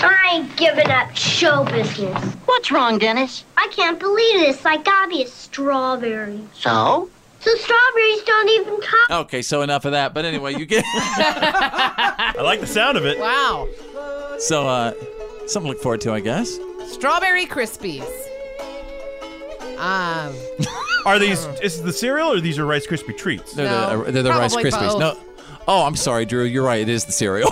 Speaker 22: I ain't giving up show business. What's wrong, Dennis? I can't believe this. I got me a strawberry.
Speaker 2: So?
Speaker 22: So strawberries don't even come.
Speaker 2: Okay, so enough of that. But anyway, you get. I
Speaker 1: like the sound of it.
Speaker 5: Wow.
Speaker 2: So, uh, something to look forward to, I guess.
Speaker 5: Strawberry Krispies. Um,
Speaker 1: Are these? Is the cereal or these are Rice Krispie treats?
Speaker 2: They're the, they're the Rice
Speaker 5: probably
Speaker 2: Krispies.
Speaker 5: both.
Speaker 2: No. Oh, I'm sorry, Drew. You're right. It is the cereal.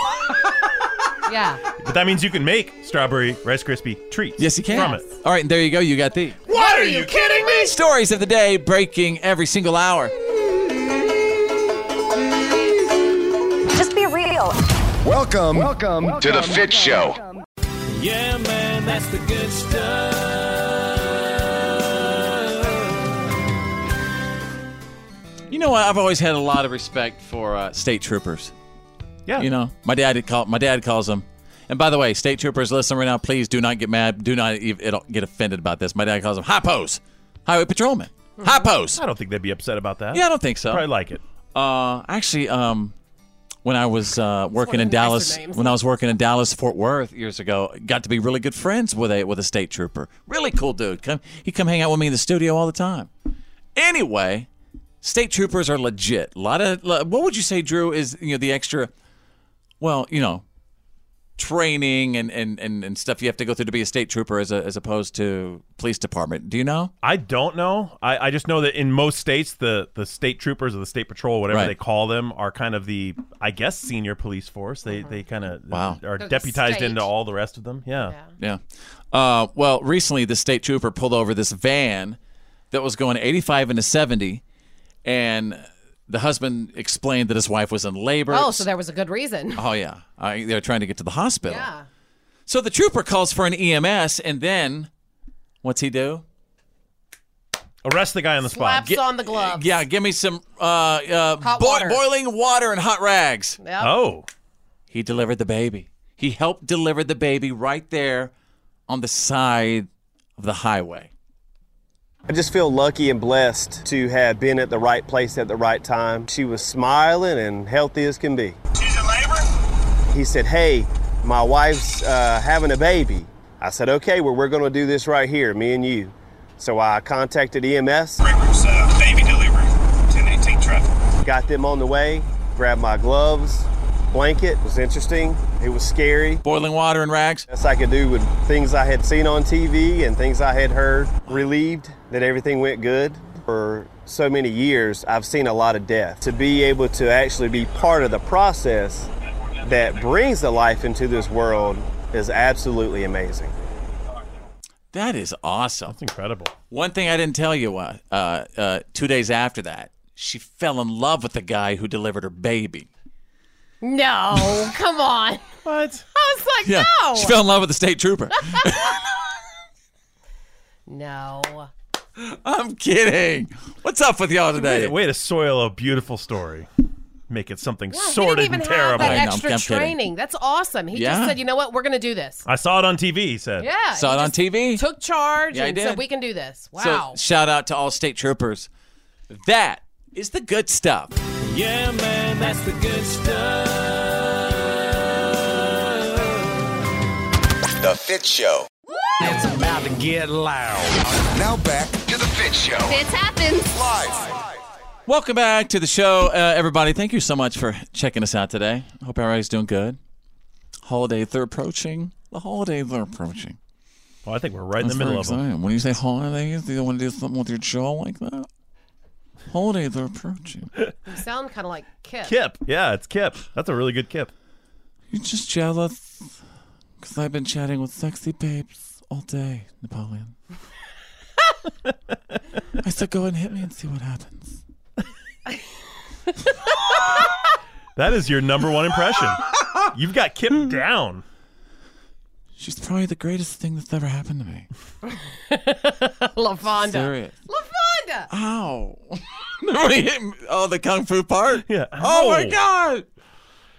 Speaker 5: yeah.
Speaker 1: But that means you can make strawberry Rice Krispie treats.
Speaker 2: yes, you can.
Speaker 1: From it.
Speaker 2: All right, and there you go. You got the
Speaker 1: What are you kidding me?
Speaker 2: stories of the day breaking every single hour.
Speaker 16: Just be real. Welcome, welcome, to the Fit Show.
Speaker 24: Yeah, man, that's the good
Speaker 2: You know what? I've always had a lot of respect for uh, state troopers.
Speaker 1: Yeah.
Speaker 2: You know, my dad had call, my dad calls them, And by the way, state troopers listening right now, please do not get mad. Do not ev- it'll get offended about this. My dad calls them hippos, highway patrolmen,
Speaker 5: Hmm.
Speaker 2: hippos. I
Speaker 1: don't think they'd be upset about that.
Speaker 2: Yeah, I don't think so.
Speaker 1: Probably like it.
Speaker 2: Uh, actually, um, when I was uh, working in Dallas, when I was working in Dallas, Fort Worth years ago, got to be really good friends with a with a state trooper. Really cool dude. Come, he come hang out with me in the studio all the time. Anyway, state troopers are legit. A lot of lo- what would you say, Drew? Is you know the extra, well, you know, training and and and, and stuff you have to go through to be a state trooper as a, as opposed to police department. Do you know?
Speaker 1: I don't know. I, I just know that in most states, the the state troopers or the state patrol, whatever
Speaker 2: Right.
Speaker 1: they call them, are kind of the I guess senior police force. They they kind of
Speaker 2: Wow.
Speaker 1: are
Speaker 2: They're the
Speaker 1: deputized
Speaker 2: state.
Speaker 1: into all the rest of them. Yeah.
Speaker 2: Yeah. Uh, well, recently the state trooper pulled over this van that was going 85 into 70, and the husband explained that his wife was in labor.
Speaker 13: Oh, so there was a good reason.
Speaker 2: Oh, yeah, I, they were trying to get to the hospital.
Speaker 13: Yeah.
Speaker 2: So the trooper calls for an EMS, and then what's he do?
Speaker 1: Arrest the guy on the
Speaker 13: Slaps on the glove.
Speaker 2: Yeah, give me some uh, uh,
Speaker 13: Hot
Speaker 2: boi-
Speaker 13: water.
Speaker 2: boiling water and hot rags.
Speaker 13: Yep.
Speaker 1: Oh.
Speaker 2: He delivered the baby. He helped deliver the baby right there on the side of the highway.
Speaker 5: I just feel lucky and blessed to have been at the right place at the right time. She was smiling and healthy as can be. She's in labor? He said, Hey, my wife's uh, having a baby. I said, Okay, well, we're going to do this right here, me and you. So I contacted E EMS.
Speaker 25: uh, baby delivery, 1018 traffic.
Speaker 5: Got them on the way, grabbed my gloves, blanket. It was interesting. It was scary.
Speaker 2: Boiling water and rags.
Speaker 5: Best I could do with things I had seen on TV and things I had heard. Relieved that everything went good. For so many years, I've seen a lot of death. To be able to actually be part of the process that brings the life into this world is absolutely amazing.
Speaker 2: That is awesome. That's
Speaker 1: incredible.
Speaker 2: One thing I didn't tell you uh, uh, uh, two days after that, she fell in love with the guy who delivered her baby.
Speaker 13: Oh No, come on.
Speaker 1: What?
Speaker 13: I was like, no.
Speaker 2: She fell in love with the state trooper.
Speaker 13: no.
Speaker 2: I'm kidding. What's up with y'all today?
Speaker 1: Way, way to soil a beautiful story. Make it something
Speaker 13: He
Speaker 1: sordid
Speaker 13: didn't even
Speaker 1: and
Speaker 13: have
Speaker 1: terrible.
Speaker 13: that extra training. That's awesome. He
Speaker 1: Yeah.
Speaker 13: just said, you know what? We're going to do this.
Speaker 1: I saw it on TV. He said.
Speaker 13: Yeah,
Speaker 2: Saw
Speaker 13: he
Speaker 2: it on
Speaker 13: just
Speaker 2: TV.
Speaker 13: Took charge
Speaker 2: Yeah, I
Speaker 13: and said,
Speaker 2: did.
Speaker 13: we can do this. Wow.
Speaker 2: So shout out to all state troopers. That is the good stuff.
Speaker 26: Yeah, man, that's the good stuff.
Speaker 27: The Fit Show. It's about to get loud. Now back to the Fit Show.
Speaker 28: Fits happens. Live.
Speaker 2: Welcome back to the show, uh, everybody. Thank you so much for checking us out today. Hope everybody's doing good. Holidays are approaching. The holidays are approaching.
Speaker 1: Well, I think we're right in the
Speaker 2: That's
Speaker 1: middle
Speaker 2: very
Speaker 1: of them.
Speaker 2: exciting. When you say holidays, do you want to do something with your jaw like that? Holidays are approaching.
Speaker 13: you sound kind of like Kip.
Speaker 1: Kip. Yeah, it's Kip. That's a really good Kip.
Speaker 2: You're just jealous because I've been chatting with sexy babes all day, Napoleon. I said, go and hit me and see what happens.
Speaker 1: That is your number one impression. You've got Kip down.
Speaker 2: She's probably the greatest thing that's ever happened to me.
Speaker 13: LaFonda.
Speaker 2: Serious.
Speaker 13: LaFonda.
Speaker 2: Ow. Nobody hit me. Oh, the kung fu part?
Speaker 1: Yeah.
Speaker 2: Oh, my
Speaker 1: Ow.
Speaker 2: God.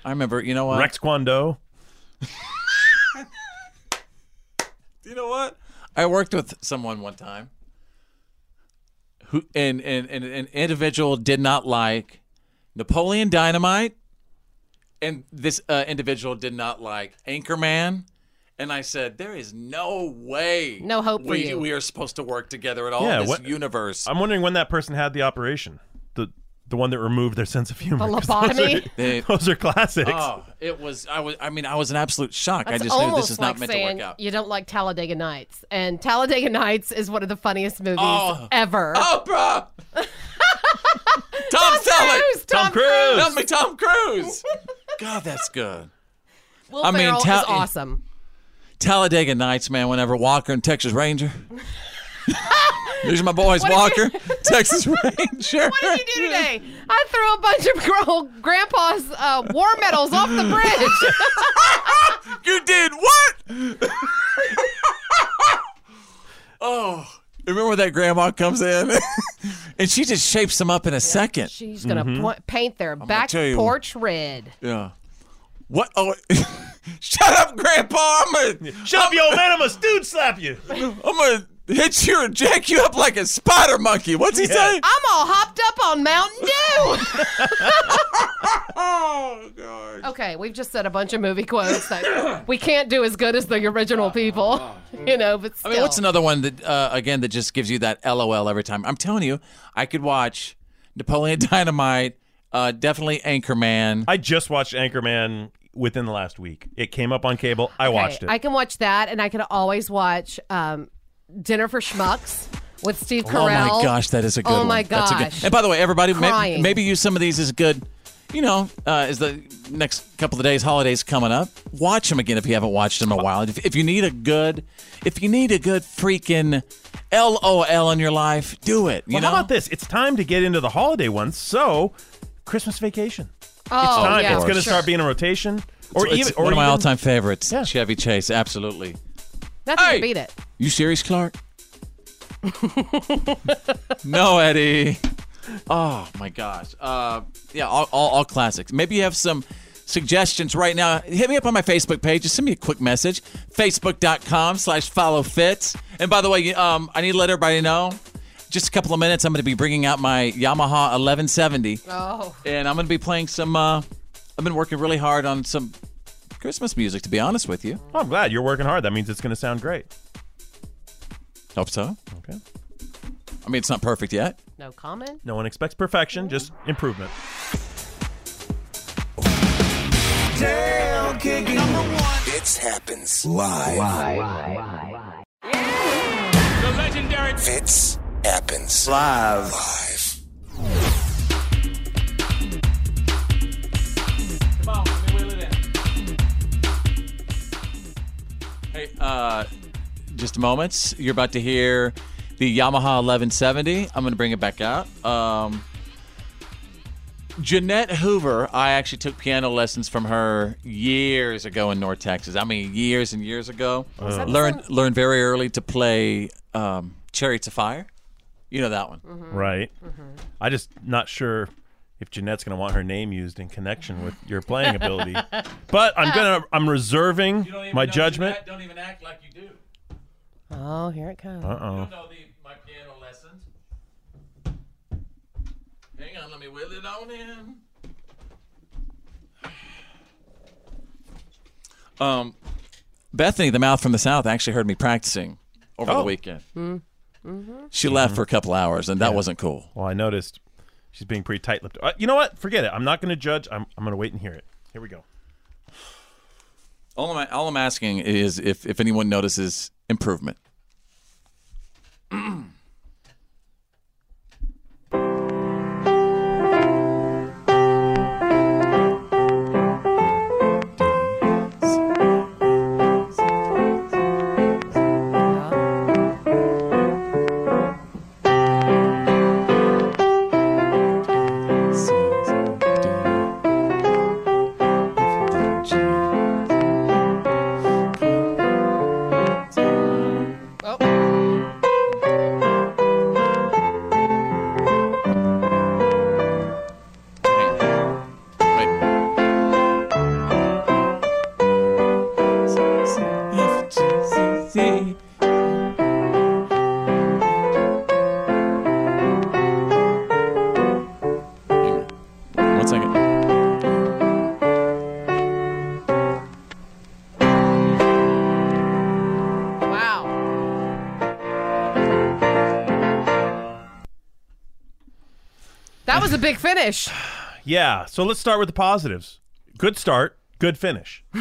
Speaker 2: I remember, you know what?
Speaker 1: Rex Kwando.
Speaker 2: You know what? I worked with someone one time who and and, and an individual did not like Napoleon Dynamite and this uh, individual did not like Anchorman and I said there is no way
Speaker 13: No hope for
Speaker 2: we,
Speaker 13: you."
Speaker 2: we are supposed to work together at all
Speaker 1: yeah.
Speaker 2: in this
Speaker 1: what-
Speaker 2: universe.
Speaker 1: I'm wondering when that person had the operation. The the one that removed their sense of humor. 'Cause Those are,
Speaker 2: They-
Speaker 1: those are classics.
Speaker 2: Oh, it was I was I mean I was in absolute shock.
Speaker 13: That's
Speaker 2: I just knew
Speaker 13: almost
Speaker 2: this is not
Speaker 13: like
Speaker 2: meant to
Speaker 13: saying
Speaker 2: work out.
Speaker 13: You don't like Talladega Nights, and Talladega Nights is one of the funniest movies
Speaker 2: Oh.
Speaker 13: ever.
Speaker 2: Oprah. Tom Selleck.
Speaker 13: Cruise, Tom Tom Cruise. Cruise.
Speaker 2: Not me, Tom Cruise. God, that's good.
Speaker 13: Will
Speaker 2: I mean,
Speaker 13: Ferrell
Speaker 2: Tal-
Speaker 13: is awesome.
Speaker 2: Talladega Nights, man. Whenever Walker and Texas Ranger. These are my boys, Walker, Texas Ranger.
Speaker 13: What did you do today? I threw a bunch of girl, grandpa's uh, war medals off the bridge.
Speaker 2: you did what? oh, remember that grandma comes in and she just shapes them up in a second.
Speaker 13: She's Mm-hmm. gonna point- paint their back
Speaker 2: tell you-
Speaker 13: porch red.
Speaker 2: Yeah. What? Oh, Shut up, Grandpa. I'm gonna
Speaker 1: shut up, you old man. I'm gonna dude slap you.
Speaker 2: I'm gonna hit you and jack you up like a spider monkey. What's he
Speaker 5: I'm
Speaker 2: saying?
Speaker 5: all hopped up on Mountain Dew.
Speaker 2: oh god.
Speaker 5: Okay, we've just said a bunch of movie quotes that we can't do as good as the original people, you know. But
Speaker 2: I
Speaker 5: still,
Speaker 2: mean, what's another one that uh, again that just gives you that LOL every time? I'm telling you, I could watch Napoleon Dynamite, uh, definitely Anchorman.
Speaker 1: I just watched Anchorman within the last week. It came up on cable. I
Speaker 5: Okay,
Speaker 1: watched it.
Speaker 5: I can watch that, and I can always watch um, Dinner for Schmucks with Steve Carell.
Speaker 2: Oh my gosh, that is a good
Speaker 5: Oh
Speaker 2: one.
Speaker 5: my
Speaker 2: That's a good-
Speaker 5: gosh.
Speaker 2: and by the way, everybody, may,
Speaker 5: Crying.
Speaker 2: maybe use some of these as good. You know, uh, as the next couple of days, holidays coming up, watch them again if you haven't watched them in a while. If, if you need a good, if you need a good freaking LOL in your life, do it. You
Speaker 1: well,
Speaker 2: know,
Speaker 1: how about this? It's time to get into the holiday ones. So, Christmas vacation.
Speaker 5: Oh,
Speaker 1: it's time.
Speaker 5: yeah,
Speaker 1: it's going to
Speaker 5: sure.
Speaker 1: start being a rotation. Or
Speaker 2: It's-
Speaker 1: even,
Speaker 2: it's
Speaker 1: or
Speaker 2: one of my
Speaker 1: even-
Speaker 2: all-time favorites, Chevy Chase. Absolutely.
Speaker 5: Nothing to beat it.
Speaker 2: You serious, Clark? no, Eddie. Oh my gosh. Uh, yeah, all, all, all classics. Maybe you have some suggestions right now. Hit me up on my Facebook page. Just send me a quick message. Facebook.com slash follow fits. And by the way, you- um, I need to let everybody know. Just a couple of minutes, I'm going to be bringing out my Yamaha 1170
Speaker 5: Oh.
Speaker 2: and I'm going to be playing some. Uh, I've been working really hard on some Christmas music, to be honest with you.
Speaker 1: Oh, I'm glad you're working hard. That means it's going to sound great.
Speaker 2: Hope so.
Speaker 1: Okay.
Speaker 2: I mean, it's not perfect yet.
Speaker 5: No comment.
Speaker 1: No one expects perfection, just improvement.
Speaker 8: Down kicking. Fitz happens live.
Speaker 29: The legendary
Speaker 8: Fitz happens live. Live.
Speaker 2: Hey, uh, just a moment. You're about to hear the Yamaha 1170. I'm going to bring it back out. Um, Jeanette Hoover, I actually took piano lessons from her years ago in North Texas. I mean, years and years ago.
Speaker 4: Was that the
Speaker 2: Learned learned very early to play um, "Chariots of Fire." You know that one,
Speaker 1: Right. I just not sure if Jeanette's going to want her name used in connection with your playing ability. But I'm gonna I'm reserving my judgment.
Speaker 2: Don't even act like you do.
Speaker 5: Oh, here it comes.
Speaker 1: Uh-oh.
Speaker 2: know the, my piano lessons. Hang on, let me wheel it on in. Um, Bethany, the mouth from the south, actually heard me practicing over the
Speaker 1: Oh.
Speaker 2: weekend.
Speaker 5: Mm-hmm.
Speaker 2: She left for a couple hours, and that wasn't cool.
Speaker 1: Well, I noticed she's being pretty tight-lipped. Uh, you know what? Forget it. I'm not going to judge. I'm I'm going to wait and hear it. Here we go.
Speaker 2: All I'm, all I'm asking is if, if anyone notices improvement. One second.
Speaker 5: Wow. That was a big finish.
Speaker 1: Yeah. So let's start with the positives. Good start. Good finish.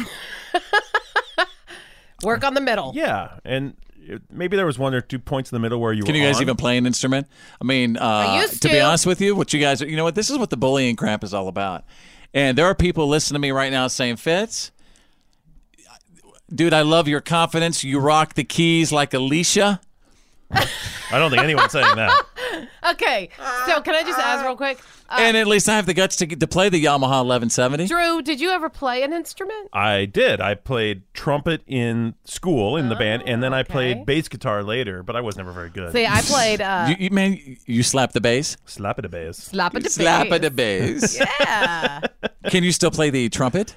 Speaker 5: Work on the middle.
Speaker 1: Yeah. And it, maybe there was one or two points in the middle where you
Speaker 2: Can
Speaker 1: were
Speaker 2: you guys
Speaker 1: on.
Speaker 2: even play an instrument? I mean, uh,
Speaker 5: used
Speaker 2: be
Speaker 5: to.
Speaker 2: honest with you, what you guys, you know what? This is what the bullying crap is all about. And there are people listening to me right now saying, Fitz, dude, I love your confidence. You rock the keys like Alicia.
Speaker 1: I don't think anyone's saying that.
Speaker 5: Okay. So can I just ask real quick?
Speaker 2: and at least I have the guts to, get- to play the Yamaha 1170.
Speaker 5: Drew, did you ever play an instrument?
Speaker 1: I did. I played trumpet in school
Speaker 5: Oh,
Speaker 1: in the band, and then I played bass guitar later, but I was never very good.
Speaker 5: See, I played. Uh,
Speaker 2: you, you, man, you slap the bass?
Speaker 1: Slap it a bass.
Speaker 5: Slap it a
Speaker 2: Slap
Speaker 5: bass.
Speaker 2: it a bass.
Speaker 5: yeah.
Speaker 2: Can you still play the trumpet?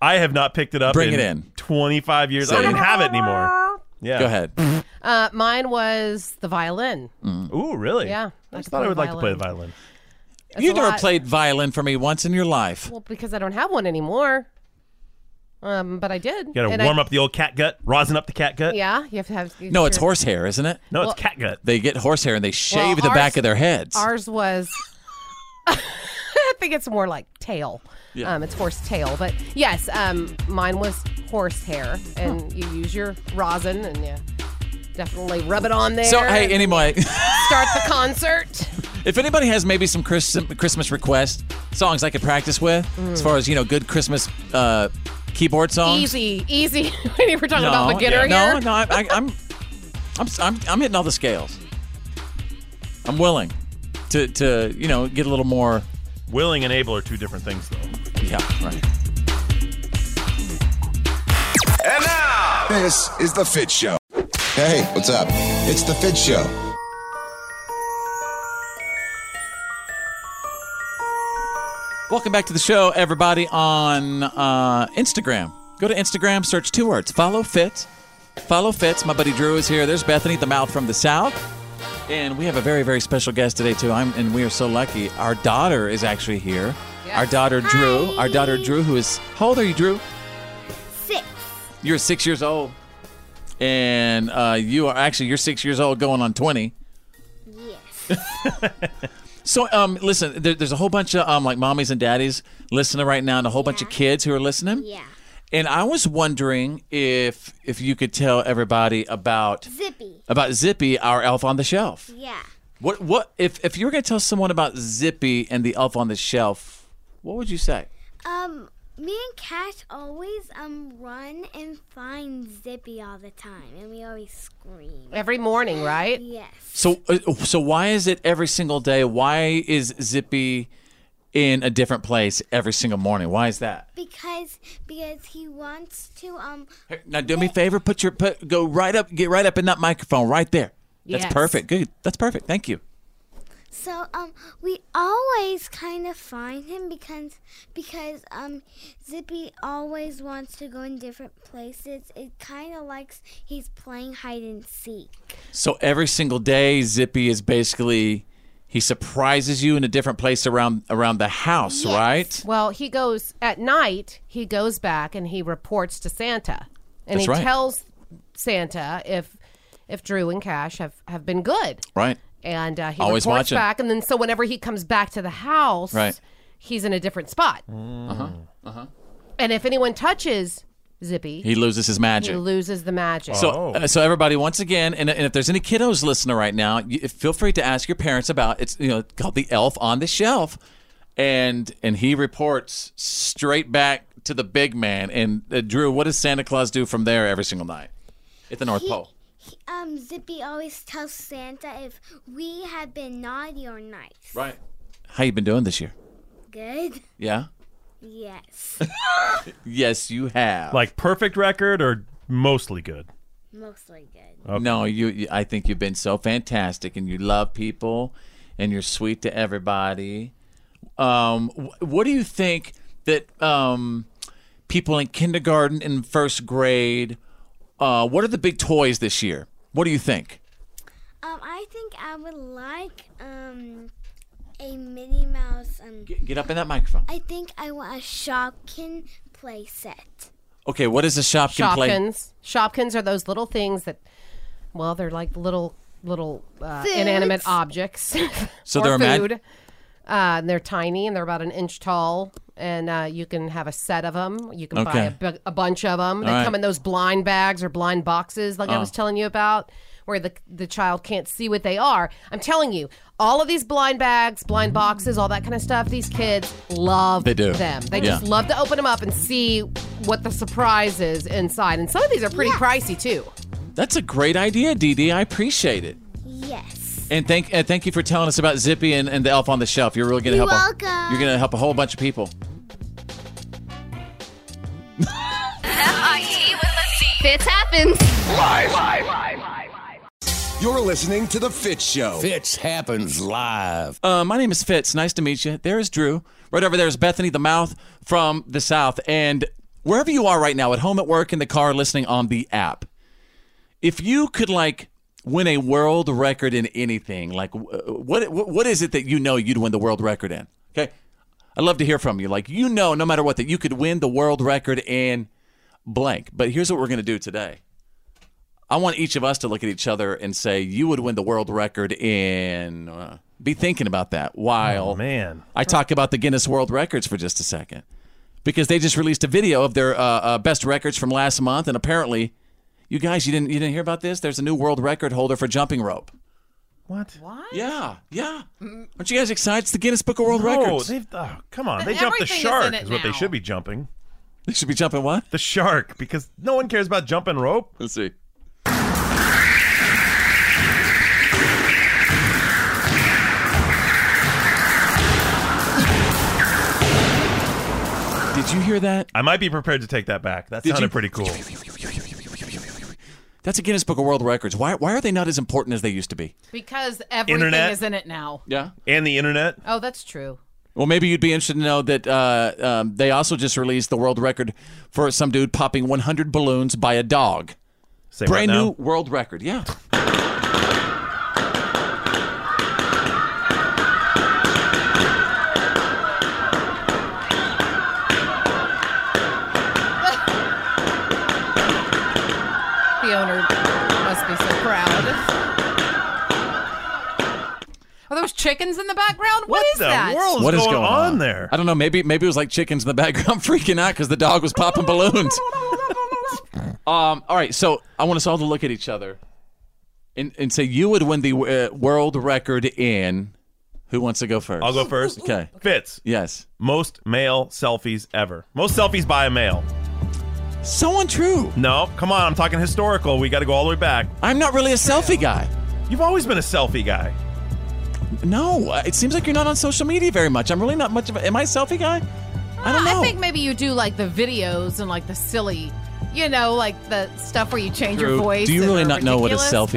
Speaker 1: I have not picked it up.
Speaker 2: Bring
Speaker 1: in
Speaker 2: it in.
Speaker 1: 25 years.
Speaker 2: Say
Speaker 1: I don't
Speaker 2: it.
Speaker 1: even have it anymore. Yeah.
Speaker 2: Go ahead.
Speaker 5: Uh, mine was the violin.
Speaker 1: Ooh, really?
Speaker 5: Yeah,
Speaker 1: I
Speaker 5: like
Speaker 1: thought I
Speaker 5: play
Speaker 1: would like to play the
Speaker 5: violin.
Speaker 1: violin.
Speaker 5: That's
Speaker 2: you
Speaker 5: a
Speaker 2: never
Speaker 5: lot.
Speaker 2: played violin for me once in your life.
Speaker 5: Well, because I don't have one anymore. Um, but I did.
Speaker 1: You got
Speaker 5: And
Speaker 1: to
Speaker 5: I-
Speaker 1: warm up the old cat gut, rosin up the cat gut.
Speaker 5: Yeah, you have to have.
Speaker 2: No, it's
Speaker 5: your-
Speaker 2: horsehair, isn't it?
Speaker 1: No,
Speaker 5: it's Well-
Speaker 1: catgut.
Speaker 2: They get horsehair and they shave
Speaker 5: Well,
Speaker 2: the back
Speaker 5: ours-
Speaker 2: of their heads.
Speaker 5: Ours was. I think it's more like tail.
Speaker 2: Yeah.
Speaker 5: Um, it's horse tail, but yes, um, mine was horse hair, and you use your rosin and you definitely rub it on there.
Speaker 2: So hey,
Speaker 5: and
Speaker 2: anyway,
Speaker 5: start the concert.
Speaker 2: if anybody has maybe some Chris- Christmas request songs I could practice with,
Speaker 5: Mm.
Speaker 2: as far as you know, good Christmas uh, keyboard songs.
Speaker 5: Easy, easy. we were talking about beginner
Speaker 2: yeah,
Speaker 5: here.
Speaker 2: No, no, I, I, I'm, I'm, I'm, I'm hitting all the scales. I'm willing to, to you know, get a little more.
Speaker 1: Willing and able are two different things, though.
Speaker 2: Yeah, right.
Speaker 8: This is The Fit Show. Hey, what's up? It's The Fit Show.
Speaker 2: Welcome back to the show, everybody, on uh, Instagram. Go to Instagram, search two words follow fit. Follow fits. My buddy Drew is here. There's Bethany, the mouth from the south. And we have a very, very special guest today, too. I'm, and we are so lucky. Our daughter is actually here. Our daughter, Drew. Our daughter, Drew, who is. How old are you, Drew?
Speaker 4: Six.
Speaker 2: You're six years old. And uh, you are actually, you're six years old going on 20. So, um, listen, there, there's a whole bunch of um, like mommies and daddies listening right now, and a whole bunch of kids who are listening.
Speaker 4: Yeah.
Speaker 2: And I was wondering if if you could tell everybody about
Speaker 4: Zippy.
Speaker 2: about Zippy, our elf on the shelf.
Speaker 4: Yeah.
Speaker 2: What what if if you were gonna tell someone about Zippy and the elf on the shelf, what would you say?
Speaker 4: Um, me and Cash always um run and find Zippy all the time, and we always scream.
Speaker 5: Every morning, right?
Speaker 4: Yes.
Speaker 2: So uh, so why is it every single day? Why is Zippy in a different place every single morning? Why is that?
Speaker 4: Because because he wants to um
Speaker 2: Hey, Now do me a favor, put your put go right up, get right up in that microphone right there. That's
Speaker 4: Yes.
Speaker 2: perfect. Good. That's perfect. Thank you.
Speaker 4: so um we always kind of find him because because um Zippy always wants to go in different places. It kind of likes he's playing hide and seek.
Speaker 2: So every single day, Zippy is basically he surprises you in a different place around around the house, right?
Speaker 5: Well, he goes at night. He goes back and he reports to Santa, and
Speaker 2: That's
Speaker 5: he
Speaker 2: right.
Speaker 5: tells Santa if if Drew and Cash have have been good,
Speaker 2: Right.
Speaker 5: and uh, he
Speaker 2: Always
Speaker 5: reports
Speaker 2: watching.
Speaker 5: back. And then so whenever he comes back to the house,
Speaker 2: Right.
Speaker 5: he's in a different spot.
Speaker 2: Uh huh. Uh huh.
Speaker 5: And if anyone touches Zippy,
Speaker 2: He loses his magic.
Speaker 5: He loses the magic.
Speaker 2: So, uh, so everybody, once again, and, and if there's any kiddos listening right now, you, feel free to ask your parents about it's you know called the Elf on the Shelf, and and he reports straight back to the big man. And uh, Drew, what does Santa Claus do from there every single night at the North
Speaker 4: He-
Speaker 2: Pole?
Speaker 4: He, um Zippy always tells Santa if we have been naughty or nice.
Speaker 2: Right. How you been doing this year?
Speaker 4: Good.
Speaker 2: Yeah.
Speaker 4: Yes.
Speaker 2: Yes, you have.
Speaker 1: Like perfect record or mostly good?
Speaker 4: Mostly good.
Speaker 2: No, you, you. I think you've been so fantastic, and you love people, and you're sweet to everybody. Um, wh- what do you think that um, people in kindergarten and first grade? Uh, what are the big toys this year? What do you think?
Speaker 4: Um, I think I would like um a Minnie Mouse. Um,
Speaker 2: Get up in that microphone.
Speaker 4: I think I want a Shopkin play set.
Speaker 2: Okay, what is a Shopkin, play?
Speaker 5: Shopkins, Shopkins are those little things that, well, they're like little little uh,
Speaker 4: Foods.
Speaker 5: inanimate objects.
Speaker 2: So they're
Speaker 5: or
Speaker 2: imag-
Speaker 5: food. Uh, and they're tiny and they're about an inch tall, and uh, you can have a set of them. You can
Speaker 2: Okay.
Speaker 5: buy a, bu- a bunch of them. They
Speaker 2: All right.
Speaker 5: come in those blind bags or blind boxes, like I
Speaker 2: Oh.
Speaker 5: was telling you about, where the the child can't see what they are. I'm telling you, all of these blind bags, blind boxes, all that kind of stuff. These kids love
Speaker 2: They do.
Speaker 5: them. They
Speaker 2: Yeah.
Speaker 5: just love to open them up and see what the surprise is inside. And some of these are pretty pricey too.
Speaker 2: That's a great idea, DD. I appreciate it.
Speaker 4: Yes.
Speaker 2: And thank uh, thank you for telling us about Zippy and, and the Elf on the Shelf. You're really gonna
Speaker 4: You're
Speaker 2: help. A,
Speaker 4: welcome.
Speaker 2: you're gonna help a whole bunch of people.
Speaker 13: E
Speaker 30: F-I-T with a C. Fits happens.
Speaker 8: Live.
Speaker 30: Live.
Speaker 8: You're listening to The Fit Show.
Speaker 2: Fitz happens live. Uh, my name is Fitz. Nice to meet you. There is Drew. Right over there is Bethany the Mouth from the South. And wherever you are right now, at home, at work, in the car, listening on the app, if you could like win a world record in anything, like wh- what what what is it that you know you'd win the world record in? Okay, I'd love to hear from you. Like you know, no matter what, that you could win the world record in blank. But here's what we're gonna do today. I want each of us to look at each other and say, "You would win the world record in." Uh, be thinking about that while man I talk about the Guinness World Records for just a second because they just released a video of their uh, uh, best records from last month, and apparently, you guys, you didn't you didn't hear about this? There's a new world record holder for jumping rope.
Speaker 1: What?
Speaker 2: What? Yeah, yeah. Aren't you guys excited? It's the Guinness Book of World
Speaker 1: No,
Speaker 2: Records.
Speaker 1: they've- oh, come on,
Speaker 2: Then
Speaker 1: they jumped the
Speaker 2: everything is
Speaker 1: shark
Speaker 2: in it
Speaker 1: is what they
Speaker 2: now.
Speaker 1: should be jumping.
Speaker 2: They should be jumping what?
Speaker 1: The shark, because no one cares about jumping rope.
Speaker 2: Let's see. Did you hear that?
Speaker 1: I might be prepared to take that back. That
Speaker 2: Did
Speaker 1: sounded
Speaker 2: you-
Speaker 1: pretty cool.
Speaker 2: That's a Guinness Book of World Records. Why why are they not as important as they used to be?
Speaker 5: Because everything
Speaker 2: Internet.
Speaker 5: is in it now.
Speaker 2: Yeah, and the internet.
Speaker 5: Oh, that's true.
Speaker 2: Well, maybe you'd be interested to know that uh, um, they also just released the world record for some dude popping 100 balloons by a dog.
Speaker 1: what
Speaker 2: Brand
Speaker 1: now?
Speaker 2: new world record, yeah.
Speaker 5: The owner must be so proud. Are those chickens in the background? what is that?
Speaker 2: What is going on, there? I don't know. Maybe maybe it was like chickens in the background freaking out because the dog was popping balloons. um. All right. So I want us all to look at each other, and and say you would win the uh, world record in. Who wants to go first?
Speaker 1: I'll go first.
Speaker 2: Okay.
Speaker 1: Fitz.
Speaker 2: Yes.
Speaker 1: Most male selfies ever. Most selfies by a male.
Speaker 2: So untrue.
Speaker 1: No, come on. I'm talking historical. We got to go all the way back.
Speaker 2: I'm not really a selfie guy.
Speaker 1: You've always been a selfie guy.
Speaker 2: No, uh, it seems like you're not on social media very much. I'm really not much of. a... Am I a selfie guy? I don't know.
Speaker 5: Oh, I think maybe you do like the videos and like the silly, you know, like the stuff where you change your
Speaker 2: Drew,
Speaker 5: voice.
Speaker 2: Do you
Speaker 5: and
Speaker 2: really
Speaker 5: are
Speaker 2: not know what a
Speaker 5: ridiculous,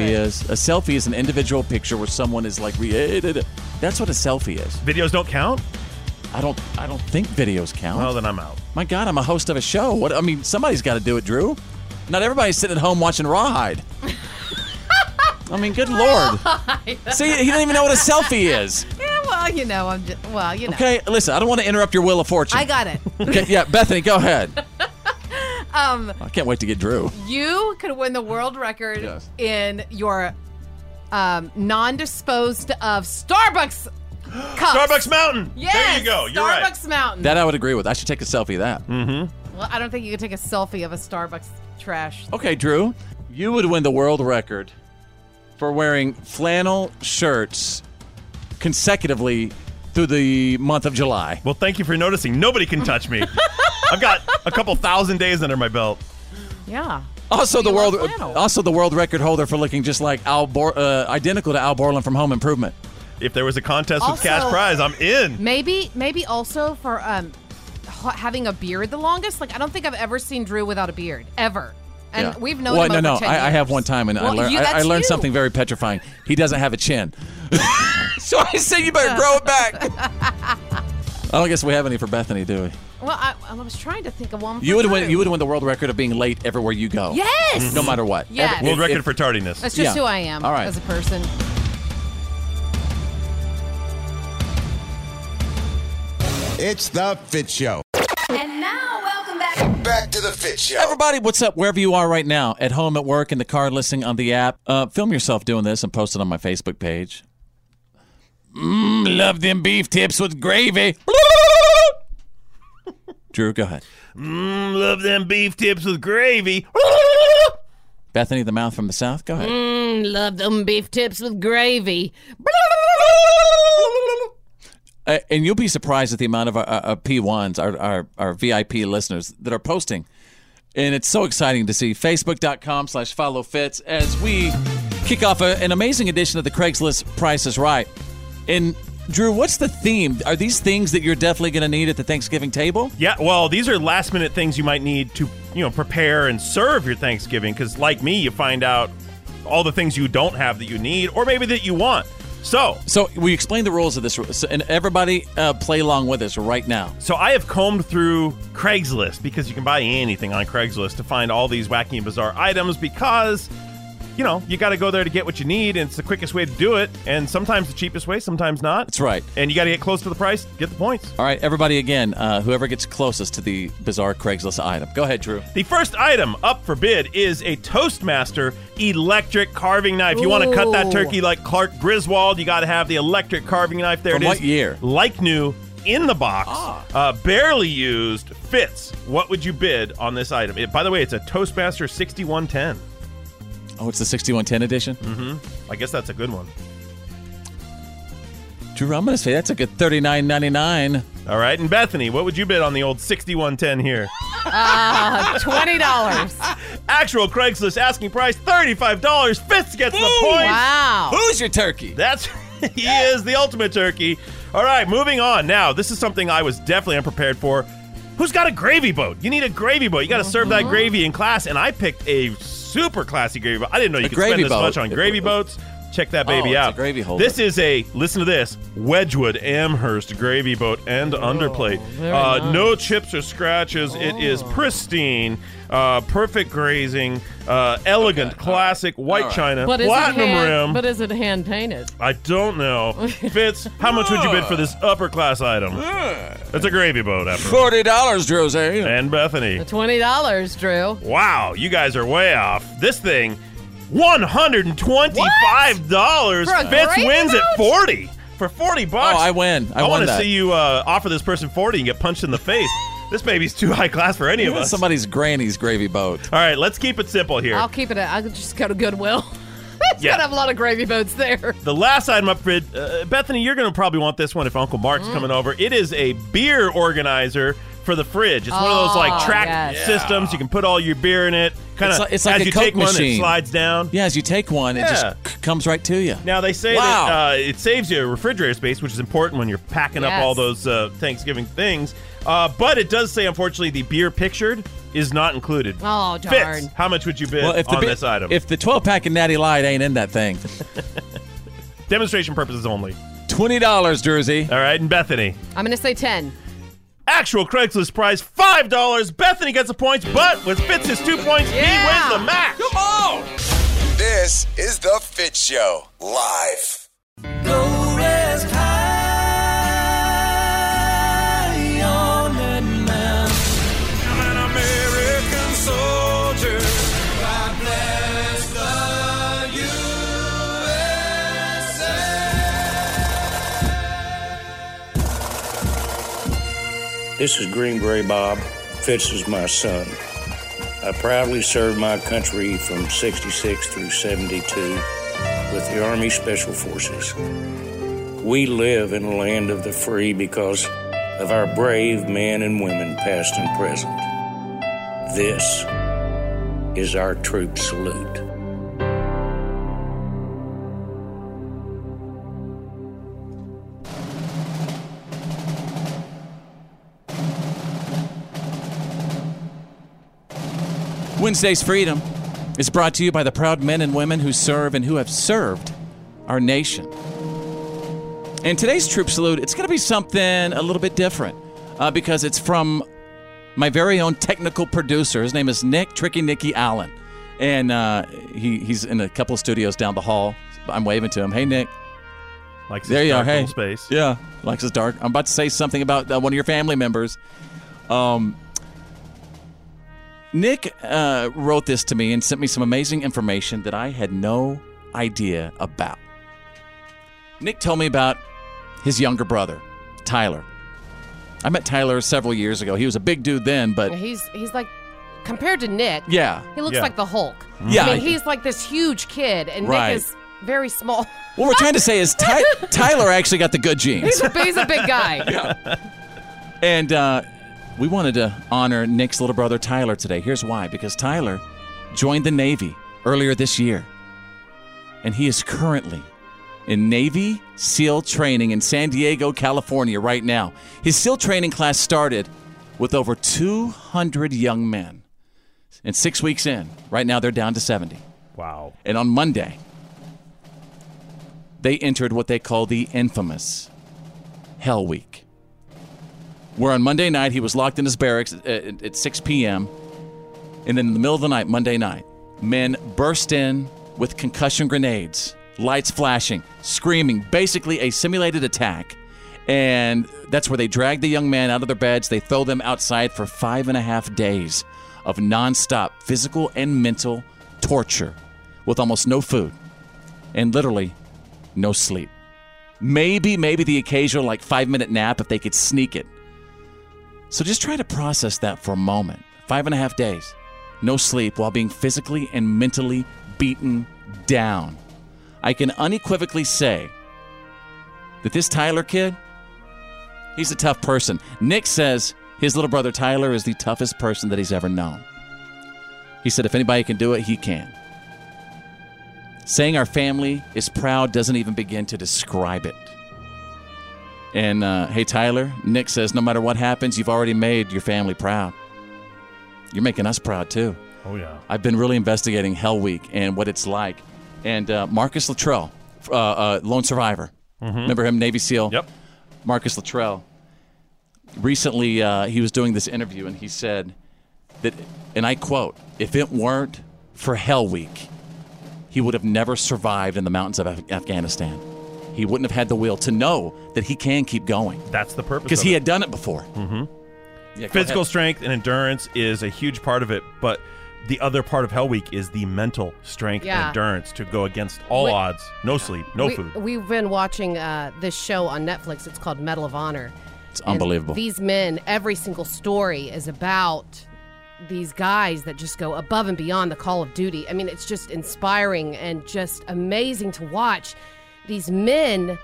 Speaker 2: selfie is?
Speaker 5: but-
Speaker 2: A selfie is an individual picture where someone is like created. That's what a selfie is.
Speaker 1: Videos don't count.
Speaker 2: I don't. I don't think videos count. Well,
Speaker 1: then I'm out.
Speaker 2: My God, I'm a host of a show. What? I mean, somebody's got to do it, Drew. Not everybody's sitting at home watching Rawhide. I mean, good lord. See, he doesn't even know what a selfie is.
Speaker 5: Yeah, well, you know, I'm just, well, you know.
Speaker 2: Okay, listen, I don't want to interrupt your wheel of fortune.
Speaker 5: I got it.
Speaker 2: Okay, yeah, Bethany, go ahead.
Speaker 5: Um,
Speaker 2: I can't wait to get Drew.
Speaker 5: you could win the world record
Speaker 2: Yes.
Speaker 5: in your um, non-disposed of Starbucks cups.
Speaker 1: Starbucks Mountain.
Speaker 5: Yes,
Speaker 1: There you go. You're right.
Speaker 5: Starbucks Mountain.
Speaker 2: That I would agree with. I should take a selfie of that.
Speaker 5: Hmm.
Speaker 2: Mm-hmm.
Speaker 5: well, I don't think you could take a selfie of a Starbucks trash.
Speaker 2: Okay, Drew, you would win the world record for wearing flannel shirts consecutively through the month of July.
Speaker 1: Well, thank you for noticing. Nobody can touch me. I've got a couple thousand days under my belt.
Speaker 5: Yeah.
Speaker 2: Also, the world uh, also the world record holder for looking just like Al Bor- uh, identical to Al Borland from Home Improvement.
Speaker 1: If there was a contest
Speaker 5: with Also- cash prize,
Speaker 1: I'm in.
Speaker 5: Maybe, maybe also for um, h- having a beard the longest. Like, I don't think I've ever seen Drew without a beard ever. And
Speaker 2: Yeah.
Speaker 5: we've known
Speaker 2: well,
Speaker 5: him
Speaker 2: no, no.
Speaker 5: over 10
Speaker 2: I, I
Speaker 5: years.
Speaker 2: have one time, and I
Speaker 5: Well,
Speaker 2: learned
Speaker 5: you-
Speaker 2: I, I
Speaker 5: that's
Speaker 2: learned
Speaker 5: you.
Speaker 2: something very petrifying. He doesn't have a chin. so I said you better grow it back. I don't guess we have any for Bethany, do we?
Speaker 5: Well, I, I was trying to think of one. For
Speaker 2: You would win.
Speaker 5: Drew.
Speaker 2: You would win the world record of being late everywhere you go.
Speaker 5: Yes!
Speaker 2: No matter what.
Speaker 5: Yes. World record
Speaker 1: for tardiness.
Speaker 5: That's just who I am
Speaker 2: All right.
Speaker 5: as a person.
Speaker 8: It's the Fit Show.
Speaker 13: And now, welcome back.
Speaker 8: Back to the Fit Show.
Speaker 2: Everybody, what's up? Wherever you are right now, at home, at work, in the car, listening on the app, uh, film yourself doing this and post it on my Facebook page. Mmm, love them beef tips with gravy. Drew, go ahead.
Speaker 1: Mmm, love them beef tips with gravy.
Speaker 2: Bethany, the mouth from the south, go ahead.
Speaker 31: Mm, love them beef tips with gravy.
Speaker 2: Uh, and you'll be surprised at the amount of uh, our, our, our P1s, our, our, our VIP listeners that are posting. And it's so exciting to see. Facebook.com slash follow fits as we kick off a, an amazing edition of the Craigslist Price is Right. And Drew, what's the theme? Are these things that you're definitely going to need at the Thanksgiving table?
Speaker 1: Yeah, well, these are last minute things you might need to, you know, prepare and serve your Thanksgiving because, like me, you find out all the things you don't have that you need or maybe that you want. So,
Speaker 2: so we explain the rules of this, so, and everybody uh, play along with us right now.
Speaker 1: So I have combed through Craigslist because you can buy anything on Craigslist to find all these wacky and bizarre items because you know, you got to go there to get what you need, and it's the quickest way to do it, and sometimes the cheapest way, sometimes not.
Speaker 2: That's right.
Speaker 1: And you got to get close to the price, get the points.
Speaker 2: All right, everybody, again, uh, whoever gets closest to the bizarre Craigslist item, go ahead, Drew.
Speaker 1: The first item up for bid is a Toastmaster electric carving knife. You want to cut that
Speaker 2: Ooh.
Speaker 1: turkey like Clark Griswold, you got to have the electric carving knife. There
Speaker 2: From
Speaker 1: it is.
Speaker 2: what year? Ah.
Speaker 1: Like new. In the box, uh, barely used, fits. What would you bid on this item? It, by the way, it's a Toastmaster 6110.
Speaker 2: Oh, it's the 6110 edition.
Speaker 1: Mm-hmm. I guess that's a good one.
Speaker 2: Drew, I'm going to say that's a good 39.99.
Speaker 1: All right, and Bethany, what would you bid on the old 6110 here?
Speaker 21: Uh, twenty dollars.
Speaker 1: Actual Craigslist asking price $35. Fitz gets the
Speaker 21: Ooh,
Speaker 1: point.
Speaker 21: wow.
Speaker 2: Who's your turkey?
Speaker 1: That's he is the ultimate turkey. All right, moving on. Now, this is something I was definitely unprepared for. Who's got a gravy boat? You need a gravy boat. You got to serve that
Speaker 2: Uh-huh.
Speaker 1: gravy in class, and I picked a super classy gravy boat. I didn't know you
Speaker 2: A
Speaker 1: could
Speaker 2: gravy
Speaker 1: spend this
Speaker 2: boat.
Speaker 1: much on gravy boats. Check that baby
Speaker 2: Oh, it's a
Speaker 1: out.
Speaker 2: gravy holder.
Speaker 1: This is a listen to this Wedgwood Amherst gravy boat and underplate.
Speaker 2: Oh, very
Speaker 1: Uh,
Speaker 2: nice. Oh.
Speaker 1: No chips or scratches. It is pristine, uh, perfect grazing, uh, elegant, classic white china,
Speaker 32: But is
Speaker 1: platinum
Speaker 32: it hand,
Speaker 1: rim.
Speaker 32: But is it hand painted?
Speaker 1: I don't know. Fitz, how much would you bid for this upper class item? It's a gravy boat, after all.
Speaker 2: $40, Drozay.
Speaker 1: And Bethany.
Speaker 32: Twenty dollars, Drew.
Speaker 1: Wow, you guys are way off. This thing, $125.
Speaker 32: For a
Speaker 1: Fitz
Speaker 32: gravy
Speaker 1: wins
Speaker 32: boat?
Speaker 1: at 40 For 40 bucks.
Speaker 2: Oh, I win. I, won
Speaker 1: want to
Speaker 2: that.
Speaker 1: see you uh, offer this person 40 and get punched in the face. this baby's too high class for any of
Speaker 2: That's
Speaker 1: us.
Speaker 2: Somebody's granny's gravy boat.
Speaker 1: All right, let's keep it simple here.
Speaker 32: I'll keep it. at- I could just go to Goodwill. It's
Speaker 1: Yeah.
Speaker 32: gonna have a lot of gravy boats there.
Speaker 1: The last item up, Brid, uh, Bethany, you're going to probably want this one if Uncle Mark's
Speaker 2: Mm.
Speaker 1: coming over. It is a beer organizer for the fridge. It's one of those like
Speaker 2: Oh,
Speaker 1: track
Speaker 2: yes.
Speaker 1: systems. You can put all your beer in it. Kind
Speaker 2: It's
Speaker 1: of
Speaker 2: like- it's like
Speaker 1: as
Speaker 2: a
Speaker 1: you
Speaker 2: Coke
Speaker 1: take one, it
Speaker 2: machine.
Speaker 1: slides down.
Speaker 2: Yeah, as you take one, it
Speaker 1: Yeah.
Speaker 2: just c- comes right to you.
Speaker 1: Now they say
Speaker 2: Wow.
Speaker 1: that uh, it saves you refrigerator space, which is important when you're packing up
Speaker 2: Yes.
Speaker 1: all those uh, Thanksgiving things. Uh, but it does say, unfortunately, the beer pictured is not included.
Speaker 32: Oh darn!
Speaker 1: Fitz, how much would you bid
Speaker 2: Well, if the
Speaker 1: on
Speaker 2: bi-
Speaker 1: this item?
Speaker 2: if the 12 pack of Natty Light ain't in that thing,
Speaker 1: Demonstration purposes only.
Speaker 2: twenty dollars, Jersey.
Speaker 1: All right, and Bethany.
Speaker 32: I'm gonna say ten.
Speaker 1: Actual Craigslist price five dollars. Bethany gets the points, but with Fitz's two points, he wins the match. Come
Speaker 2: on!
Speaker 8: This is the Fit Show live.
Speaker 24: I'm an American soldier. God bless the USA.
Speaker 10: This is Greenberry Bob. Fitz is my son. I proudly served my country from 66 through 72 with the Army Special Forces. We live in a land of the free because of our brave men and women, past and present. This is our troop salute.
Speaker 2: Wednesday's Freedom is brought to you by the proud men and women who serve and who have served our nation. And today's troop salute, it's going to be something a little bit different uh, because it's from my very own technical producer. His name is Nick Tricky Nicky Allen. And uh, he, he's in a couple of studios down the hall. I'm waving to him. Hey, Nick.
Speaker 1: Likes
Speaker 2: there
Speaker 1: his
Speaker 2: you are.
Speaker 1: dark
Speaker 2: Hey.
Speaker 1: little space.
Speaker 2: Yeah, likes his dark. I'm about to say something about uh, one of your family members. Um, Nick uh, wrote this to me and sent me some amazing information that I had no idea about. Nick told me about his younger brother, Tyler. I met Tyler several years ago. He was a big dude then, but
Speaker 5: he's he's like compared to Nick.
Speaker 2: Yeah.
Speaker 5: he looks
Speaker 2: Yeah. Mm-hmm.
Speaker 5: like the Hulk.
Speaker 2: Yeah.
Speaker 5: I mean, he's like this huge kid, and
Speaker 2: Right.
Speaker 5: Nick is very small.
Speaker 2: what we're trying to say is Ty- Tyler actually got the good genes.
Speaker 5: He's a, he's a big guy.
Speaker 2: And uh, we wanted to honor Nick's little brother Tyler today. Here's why because Tyler joined the Navy earlier this year, and he is currently in Navy SEAL training in San Diego, California, right now. His SEAL training class started with over 200 young men. And six weeks in, right now they're down to 70.
Speaker 1: Wow.
Speaker 2: And on Monday, they entered what they call the infamous Hell Week, where on Monday night he was locked in his barracks at, at, at 6 p.m. And then in the middle of the night, Monday night, men burst in with concussion grenades, lights flashing, screaming, basically a simulated attack. And that's where they drag the young man out of their beds. They throw them outside for five and a half days of nonstop physical and mental torture with almost no food and literally no sleep. Maybe, maybe the occasional like five minute nap if they could sneak it. So just try to process that for a moment. Five and a half days, no sleep while being physically and mentally beaten down. I can unequivocally say that this Tyler kid, he's a tough person. Nick says his little brother Tyler is the toughest person that he's ever known. He said if anybody can do it, he can. Saying our family is proud doesn't even begin to describe it. And uh, hey, Tyler, Nick says no matter what happens, you've already made your family proud. You're making us proud too.
Speaker 1: Oh, yeah.
Speaker 2: I've been really investigating Hell Week and what it's like. And uh, Marcus Luttrell, uh, uh, lone survivor,
Speaker 1: Mhm.
Speaker 2: remember him, Navy SEAL? Yep. Marcus Luttrell. Recently, uh, he was doing this interview and he said that, and I quote, if it weren't for Hell Week, he would have never survived in the mountains of Af- Afghanistan. He wouldn't have had the will to know that he can keep going.
Speaker 1: That's the purpose.
Speaker 2: Because
Speaker 1: of
Speaker 2: he
Speaker 1: it.
Speaker 2: had done it before.
Speaker 1: Mm-hmm.
Speaker 2: Yeah, go
Speaker 1: Physical
Speaker 2: ahead.
Speaker 1: strength and endurance is a huge part of it, but the other part of Hell Week is the mental strength
Speaker 5: Yeah.
Speaker 1: and endurance to go against all
Speaker 5: We-
Speaker 1: odds. No sleep, no
Speaker 5: we,
Speaker 1: food.
Speaker 5: We've been watching uh, this show on Netflix. It's called Medal of Honor.
Speaker 2: It's
Speaker 5: And
Speaker 2: unbelievable.
Speaker 5: these men, every single story is about these guys that just go above and beyond the call of duty. I mean, it's just inspiring and just amazing to watch these men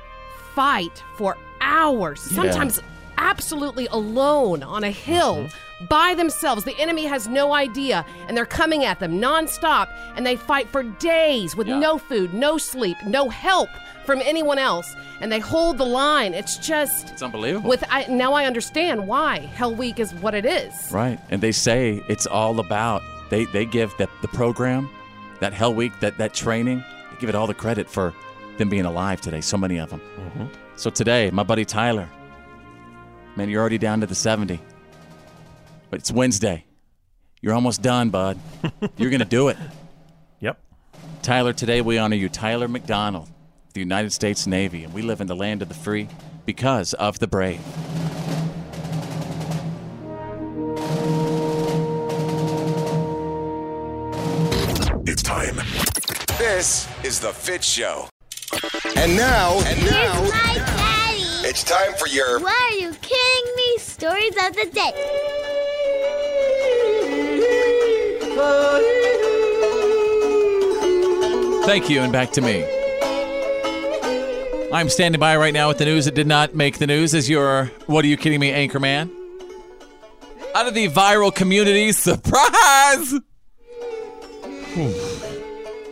Speaker 5: fight for hours,
Speaker 21: Yeah.
Speaker 5: sometimes absolutely alone on a hill
Speaker 2: Mm-hmm.
Speaker 5: by themselves. The enemy has no idea, and they're coming at them nonstop, and they fight for days with no food, no sleep, no help from anyone else, and they hold the line. It's just.
Speaker 2: It's unbelievable.
Speaker 5: With I, now, I understand why Hell Week is what it is.
Speaker 2: Right. And they say it's all about they they give the, the program, that Hell Week, that that training, they give it all the credit for them being alive today. So many of them.
Speaker 1: Mhm.
Speaker 2: So today, my buddy Tyler, man, you're already down to the 70. But it's Wednesday. You're almost done, bud. You're gonna do it.
Speaker 1: Yep.
Speaker 2: Tyler, today we honor you, Tyler McDonald, the United States Navy, and we live in the land of the free because of the brave.
Speaker 8: It's time. This is the Fit Show. And now, and now, it's time for your
Speaker 4: Why are you kidding me? Stories of the day.
Speaker 2: Thank you, and back to me. I'm standing by right now with the news that did not make the news as your What Are You Kidding Me Anchorman. Out of the viral community, surprise!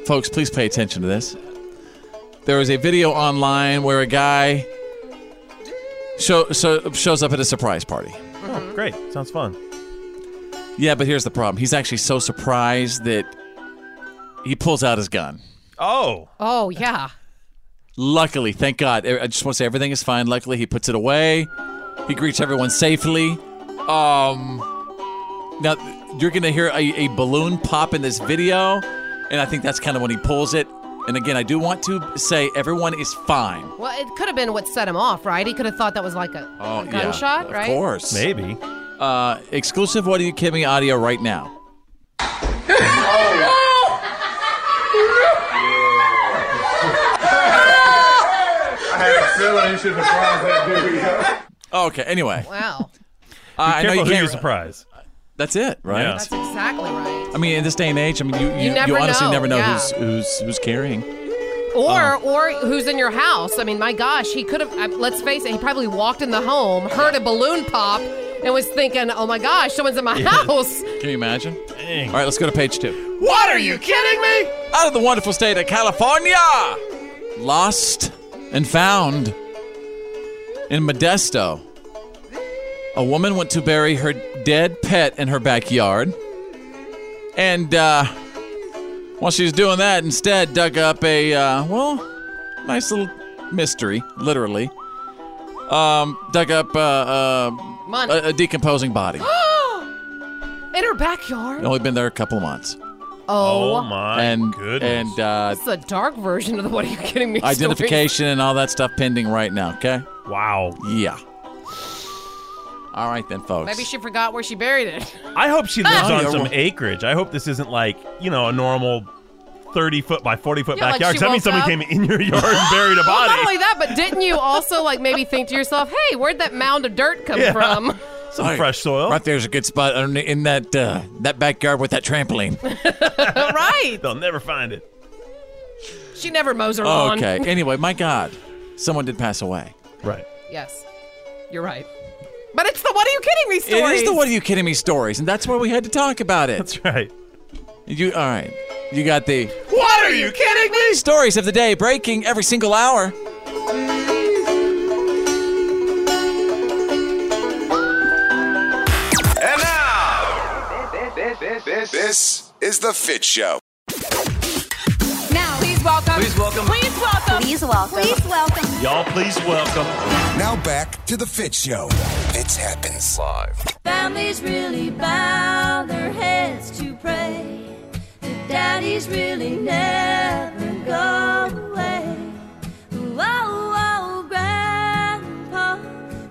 Speaker 2: Folks, please pay attention to this. There was a video online where a guy show, so, shows up at a surprise party.
Speaker 1: Oh, great. Sounds fun.
Speaker 2: Yeah, but here's the problem. He's actually so surprised that he pulls out his gun.
Speaker 1: Oh.
Speaker 5: Oh yeah.
Speaker 2: Luckily, thank God. I just want to say everything is fine. Luckily, he puts it away. He greets everyone safely. Um, now you're gonna hear a, a balloon pop in this video, and I think that's kind of when he pulls it. And again, I do want to say everyone is fine.
Speaker 5: Well, it could have been what set him off, right? He could have thought that was like a,
Speaker 2: Oh,
Speaker 5: a gunshot,
Speaker 2: yeah,
Speaker 5: right?
Speaker 2: Of course,
Speaker 1: maybe.
Speaker 2: Uh, exclusive. What are you kidding me? Audio right now.
Speaker 33: I had a feeling you should surprise that dude.
Speaker 2: Oh, Okay. Anyway,
Speaker 5: Wow.
Speaker 2: uh, I know
Speaker 1: careful
Speaker 2: you
Speaker 1: who
Speaker 2: can't
Speaker 1: you surprise.
Speaker 2: That's it, right?
Speaker 5: That's exactly right.
Speaker 2: I mean, in this day and age, I mean, you
Speaker 5: You
Speaker 2: you, you,
Speaker 5: never
Speaker 2: honestly
Speaker 5: know,
Speaker 2: never know
Speaker 5: yeah.
Speaker 2: who's who's who's carrying.
Speaker 5: Or
Speaker 2: Uh-huh.
Speaker 5: or who's in your house? I mean, my gosh, he could have. I- Let's face it, he probably walked in the home, heard a balloon pop, and was thinking, "Oh my gosh, someone's in my
Speaker 2: Yeah.
Speaker 5: house."
Speaker 2: Can you imagine? All right, let's go to page two.
Speaker 5: What are you kidding me?
Speaker 2: out of the wonderful state of California. Lost and found in Modesto. A woman went to bury her dead pet in her backyard. And uh, while she was doing that, instead dug up a, uh, well, nice little mystery, literally. Um, dug up uh, uh,
Speaker 5: Money.
Speaker 2: a, a decomposing body.
Speaker 5: In her backyard.
Speaker 2: Only been there a couple of months.
Speaker 5: Oh.
Speaker 2: and, goodness! And uh,
Speaker 5: It's the dark version of the what are you kidding me? story.
Speaker 2: identification and all that stuff pending right now. Okay.
Speaker 1: Wow.
Speaker 2: Yeah. All right then, folks.
Speaker 5: Maybe she forgot where she buried it.
Speaker 1: I hope she lives
Speaker 5: Ah.
Speaker 2: Oh,
Speaker 1: on
Speaker 2: yeah,
Speaker 1: some
Speaker 2: well-
Speaker 1: acreage. I hope this isn't like, you know, a normal 30 foot by 40 foot
Speaker 5: Yeah, like
Speaker 1: backyard.
Speaker 5: she
Speaker 1: 'cause that means
Speaker 5: woke
Speaker 1: someone
Speaker 5: up-
Speaker 1: came in your yard and buried a
Speaker 5: Well, not
Speaker 1: body.
Speaker 5: only that, but didn't you also like maybe think to yourself, "Hey, where'd that mound of dirt come
Speaker 2: Yeah.
Speaker 5: from?"
Speaker 2: some fresh soil. Right there's a good spot underneath- in that uh, that backyard with that trampoline.
Speaker 5: right.
Speaker 1: They'll never find it.
Speaker 5: She never mows her lawn.
Speaker 2: Okay. Anyway, my God, someone did pass away.
Speaker 1: Right.
Speaker 5: yes, you're right. But it's the what are you kidding me story.
Speaker 2: It is the "What Are You Kidding Me" stories, and that's why we had to talk about it. That's
Speaker 1: right.
Speaker 2: You all right? You got the
Speaker 5: What are you kidding me?
Speaker 2: stories of the day breaking every single hour.
Speaker 8: And now, this is the Fit Show.
Speaker 13: Now, please welcome.
Speaker 8: Please welcome.
Speaker 13: Please welcome. Please welcome. Please welcome.
Speaker 8: Y'all, please welcome. Now back to the Fit Show. Fits happens live.
Speaker 13: Families really bow their heads to pray. The daddies really never go away. Whoa, whoa, grandpa,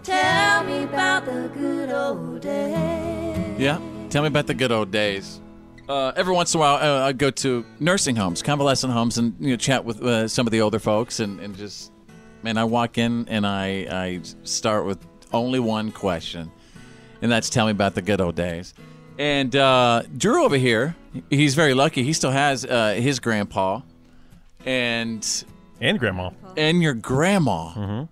Speaker 13: tell me about the good old days.
Speaker 2: Yeah. Tell me about the good old days. Uh, every once in a while, uh, I go to nursing homes, convalescent homes, and you know, chat with uh, some of the older folks, and, and just man, I walk in and I I start with only one question, and that's tell me about the good old days. And uh, Drew over here, he's very lucky. He still has uh, his grandpa, and
Speaker 1: and grandma,
Speaker 2: and your grandma. Mm-hmm.
Speaker 5: As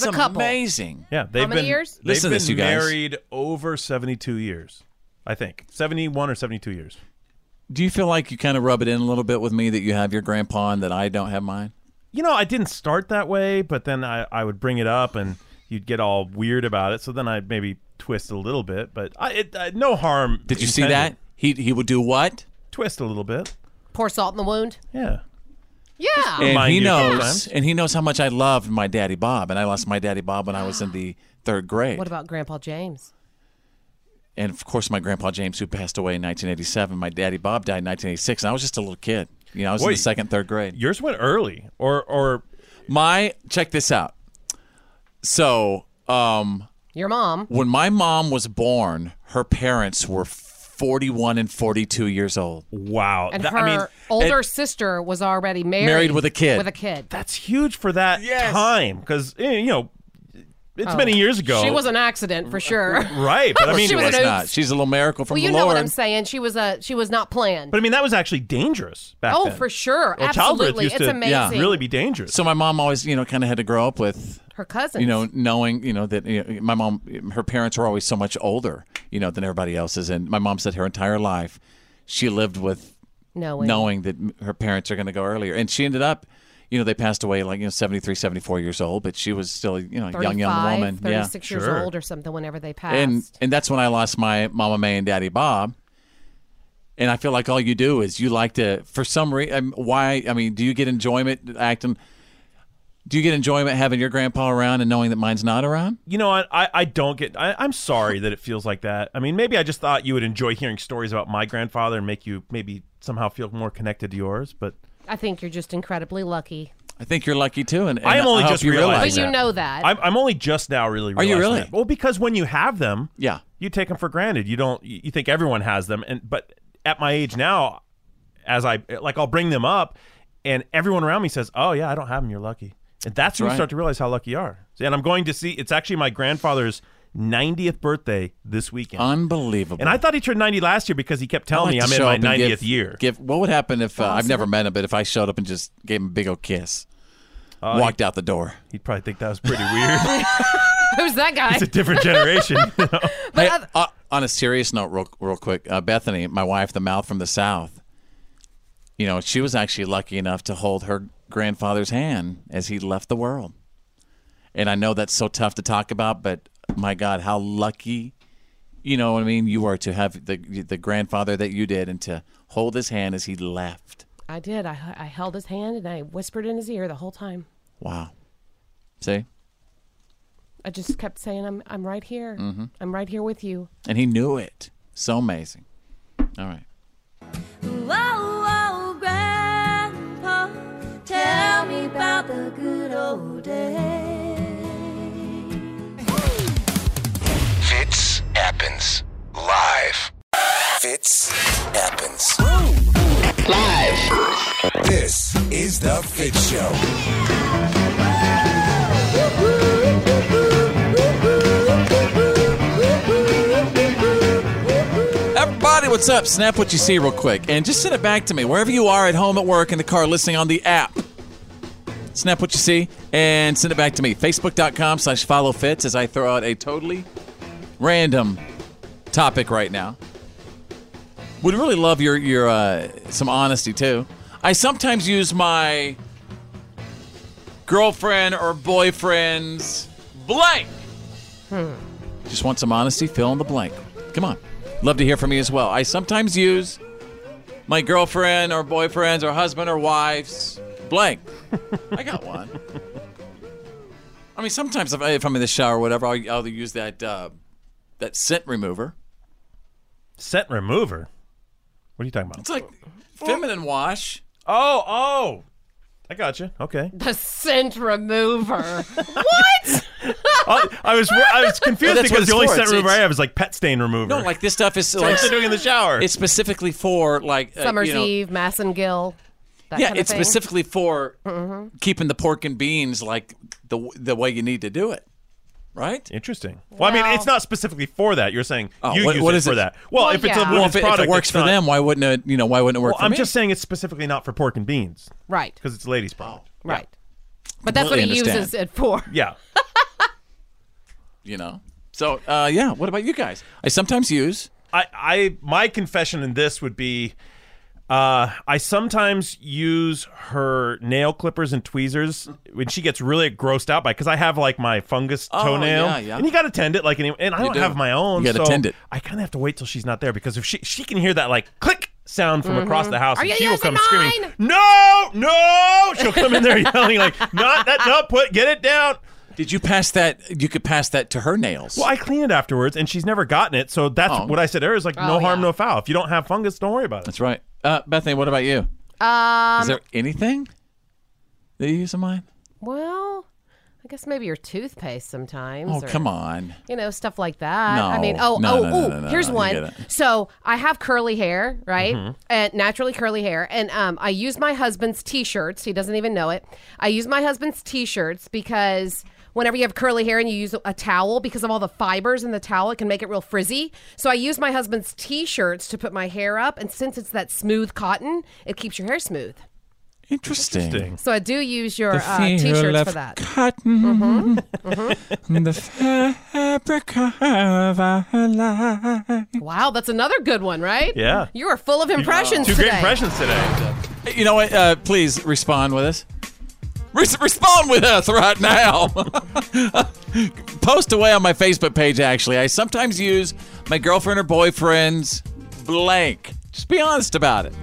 Speaker 2: That's
Speaker 5: a couple.
Speaker 2: amazing.
Speaker 1: Yeah, they've
Speaker 5: many
Speaker 1: been
Speaker 5: years?
Speaker 1: they've
Speaker 2: Listen to
Speaker 1: been
Speaker 2: this, you guys.
Speaker 1: married over 72 years, I think. 71 or 72 years.
Speaker 2: Do you feel like you kind of rub it in a little bit with me that you have your grandpa and that I don't have mine?
Speaker 1: You know, I didn't start that way, but then I, I would bring it up and you'd get all weird about it. So then I'd maybe twist a little bit, but I, it, I, no harm.
Speaker 2: Did you see that? He he would do what?
Speaker 1: Twist a little bit.
Speaker 5: Pour salt in the wound.
Speaker 1: Yeah.
Speaker 5: Yeah.
Speaker 2: and
Speaker 1: Remind
Speaker 2: he
Speaker 1: you
Speaker 2: knows,
Speaker 1: sometimes.
Speaker 2: and he knows how much I loved my daddy Bob, and I lost my daddy Bob when I was in the third grade,
Speaker 5: What about Grandpa James?
Speaker 2: and of course my grandpa James, who passed away in 1987. My daddy Bob died in 1986, and I was just a little kid. You know, I was in
Speaker 1: Wait,
Speaker 2: the second, third grade.
Speaker 1: Yours went early, or or
Speaker 2: my check this out. So, um,
Speaker 5: Your mom.
Speaker 2: when my mom was born, her parents were 41 and 42 years old.
Speaker 1: Wow,
Speaker 5: And her older sister was already married.
Speaker 2: Married with a kid.
Speaker 5: With a kid.
Speaker 1: That's huge for that time because you know it's
Speaker 5: Oh.
Speaker 1: many years ago.
Speaker 5: She was an accident for sure.
Speaker 1: right, but I mean
Speaker 5: she was an oops.
Speaker 2: She's a little miracle from
Speaker 5: well, you
Speaker 2: the
Speaker 5: know
Speaker 2: Lord.
Speaker 5: what I'm saying. She was a she was not planned.
Speaker 1: But I mean, that was actually dangerous back
Speaker 5: oh,
Speaker 1: then.
Speaker 5: for sure,
Speaker 1: Well, childbirth
Speaker 5: absolutely,
Speaker 1: used
Speaker 5: it's
Speaker 1: to,
Speaker 5: amazing.
Speaker 2: yeah,
Speaker 1: really be dangerous.
Speaker 2: So my mom always, you know, kind of had to grow up with
Speaker 5: Her cousins.
Speaker 2: You know, knowing, you know, that you know, my mom, her parents were always so much older, you know, than everybody else's. And my mom said her entire life she lived with
Speaker 5: Knowing.
Speaker 2: that m- her parents are going to go earlier. And she ended up, you know, they passed away like, you know, 73, 74 years old, but she was still, you know, a young, young
Speaker 5: 35,
Speaker 2: woman.
Speaker 5: 36
Speaker 2: yeah.
Speaker 5: years old or something whenever they passed.
Speaker 2: And, and that's when I lost my Mama May and Daddy Bob. And I feel like all you do is you like to, for some reason, why? I mean, do you get enjoyment acting? Do you get enjoyment having your grandpa around and knowing that mine's not around?
Speaker 1: you know, I I I don't get. I, I'm sorry that it feels like that. I mean, maybe I just thought you would enjoy hearing stories about my grandfather and make you maybe somehow feel more connected to yours. But
Speaker 5: I think you're just incredibly lucky.
Speaker 2: I think you're lucky too. And, and
Speaker 1: I am only
Speaker 2: hope
Speaker 1: just
Speaker 2: you
Speaker 1: realizing
Speaker 2: realize
Speaker 5: But you
Speaker 2: that.
Speaker 5: know that.
Speaker 1: I'm, I'm only just now really.
Speaker 2: Are you
Speaker 1: realizing
Speaker 2: really?
Speaker 1: that. Well, because when you have them,
Speaker 2: yeah,
Speaker 1: you take them for granted. You don't. You you think everyone has them, and but at my age now, as I like, I'll bring them up, and everyone around me says, "Oh yeah, I don't have them. You're lucky." And that's when
Speaker 2: Right.
Speaker 1: you start to realize how lucky you are. See, And I'm going to see. It's actually my grandfather's 90th birthday this weekend.
Speaker 2: Unbelievable.
Speaker 1: And I thought he turned 90 last year because he kept telling
Speaker 2: I'd
Speaker 1: me
Speaker 2: like
Speaker 1: I'm
Speaker 2: to
Speaker 1: in
Speaker 2: show
Speaker 1: my
Speaker 2: up and
Speaker 1: 90th
Speaker 2: give-
Speaker 1: year.
Speaker 2: Give, what would happen if uh, I've never met him, but if I showed up and just gave him a big old kiss,
Speaker 1: Uh,
Speaker 2: walked out the door?
Speaker 1: He'd probably think that was pretty weird.
Speaker 5: Who's that guy?
Speaker 1: it's a different generation.
Speaker 2: Hey, uh, on a serious note, real, real quick, uh, Bethany, my wife, the mouth from the south, you know, she was actually lucky enough to hold her grandfather's hand as he left the world. And I know that's so tough to talk about, but my God, how lucky, you know what I mean, you are to have the the grandfather that you did and to hold his hand as he left.
Speaker 5: I did. I, I held his hand and I whispered in his ear the whole time.
Speaker 2: Wow. See?
Speaker 5: I just kept saying, I'm, I'm right here.
Speaker 2: Mhm.
Speaker 5: I'm right here with you.
Speaker 2: And he knew it. So amazing. All right.
Speaker 13: Whoa, whoa, Oh, Grandpa, tell me about the good old days.
Speaker 8: Fits happens live. Fits happens live. This is the Fit Show.
Speaker 2: Everybody, what's up? Snap what you see real quick and just send it back to me wherever you are at home, at work, in the car, listening on the app. Snap what you see and send it back to me. Facebook.com slash follow fits as I throw out a totally random topic right now. Would really love your your uh, some honesty too. I sometimes use my girlfriend or boyfriend's blank. Just want some honesty, fill in the blank. Come on. Love to hear from you as well. I sometimes use my girlfriend or boyfriend's or husband or wife's blank. I got one. I mean, sometimes if, I, if I'm in the shower or whatever, I'll, I'll use that uh, that scent remover.
Speaker 1: Scent remover. What are you talking about?
Speaker 2: It's like feminine wash.
Speaker 1: Oh, oh. I got you. Okay.
Speaker 5: The scent remover.
Speaker 2: Uh,
Speaker 1: I, I was I was confused
Speaker 2: Well, that's what
Speaker 1: because
Speaker 2: it's
Speaker 1: the only
Speaker 2: for.
Speaker 1: scent
Speaker 2: It's-
Speaker 1: remover I
Speaker 2: it's-
Speaker 1: have is like pet stain remover.
Speaker 2: No, like this stuff is
Speaker 1: That's what
Speaker 2: like
Speaker 1: I'm doing in the shower.
Speaker 2: It's specifically for like uh,
Speaker 5: Summer's
Speaker 2: you know-
Speaker 5: Eve, Mass and Gill. That
Speaker 2: yeah,
Speaker 5: kind of
Speaker 2: it's
Speaker 5: thing.
Speaker 2: specifically for
Speaker 5: Mhm.
Speaker 2: keeping the pork and beans like the the way you need to do it, right?
Speaker 1: Interesting. Well, I mean, it's not specifically for that. You're saying
Speaker 2: Oh,
Speaker 1: you
Speaker 2: what-
Speaker 1: use
Speaker 2: what
Speaker 1: it
Speaker 2: is
Speaker 1: for
Speaker 2: it?
Speaker 1: that. Well, if it's a
Speaker 2: Well,
Speaker 1: women's
Speaker 2: if it, if it
Speaker 1: product,
Speaker 2: works
Speaker 1: it's
Speaker 2: for
Speaker 1: not-
Speaker 2: them, why wouldn't it? You know, why wouldn't it work
Speaker 1: Well,
Speaker 2: for
Speaker 1: I'm
Speaker 2: me?
Speaker 1: just saying it's specifically not for pork and beans
Speaker 5: Right.
Speaker 1: because it's a ladies' product.
Speaker 2: Oh.
Speaker 5: Right. But that's what he
Speaker 2: Completely
Speaker 5: uses
Speaker 2: understand.
Speaker 5: it for.
Speaker 1: Yeah.
Speaker 2: you know. So uh, yeah, what about you guys? I sometimes use.
Speaker 1: I, I my confession in this would be, uh, I sometimes use her nail clippers and tweezers when she gets really grossed out by because I have like my fungus
Speaker 2: Oh,
Speaker 1: toenail
Speaker 2: yeah, yeah.
Speaker 1: and you got to tend it like any, and I
Speaker 2: You
Speaker 1: don't
Speaker 2: do.
Speaker 1: have my own.
Speaker 2: You gotta
Speaker 1: so
Speaker 2: tend it.
Speaker 1: I kind of have to wait till she's not there because if she she can hear that like click sound from across
Speaker 5: Mhm.
Speaker 1: the house
Speaker 5: Are
Speaker 1: and
Speaker 5: you
Speaker 1: she will
Speaker 5: using
Speaker 1: come screaming no no she'll come in there yelling like not that no put get it down.
Speaker 2: Did you pass that? You could pass that to her nails.
Speaker 1: Well, I clean it afterwards, and she's never gotten it. So that's
Speaker 2: Oh.
Speaker 1: what I said earlier: is like
Speaker 2: Oh,
Speaker 1: no harm, no foul. If you don't have fungus, don't worry about it.
Speaker 2: That's right. Uh, Bethany, what about you?
Speaker 5: Um,
Speaker 2: Is there anything that you use of mine?
Speaker 5: Well, I guess maybe your toothpaste sometimes.
Speaker 2: Oh,
Speaker 5: or-
Speaker 2: come on.
Speaker 5: You know, stuff like that. I
Speaker 2: No,
Speaker 5: mean, oh,
Speaker 2: no, no,
Speaker 5: oh,
Speaker 2: no,
Speaker 5: oh,
Speaker 2: no, no,
Speaker 5: here's
Speaker 2: you
Speaker 5: one.
Speaker 2: get it.
Speaker 5: So I have curly hair, right?
Speaker 2: Mhm.
Speaker 5: And naturally curly hair. And um, I use my husband's t shirts. He doesn't even know it. I use my husband's t shirts because whenever you have curly hair and you use a towel, because of all the fibers in the towel, it can make it real frizzy. So I use my husband's t shirts to put my hair up. And since it's that smooth cotton, it keeps your hair smooth.
Speaker 2: Interesting.
Speaker 5: So I do use your
Speaker 2: The
Speaker 5: uh,
Speaker 2: fear
Speaker 5: t shirts for
Speaker 2: of
Speaker 5: that. Mm-hmm,
Speaker 2: Cotton. the fabric of our life.
Speaker 5: Wow, that's another good one, right?
Speaker 2: Yeah.
Speaker 5: You are full of impressions today.
Speaker 1: today.
Speaker 2: You know what? Uh, please respond with us. Re- respond with us right now. Post away on my Facebook page, actually. I sometimes use my girlfriend or boyfriend's blank. Just be honest about it.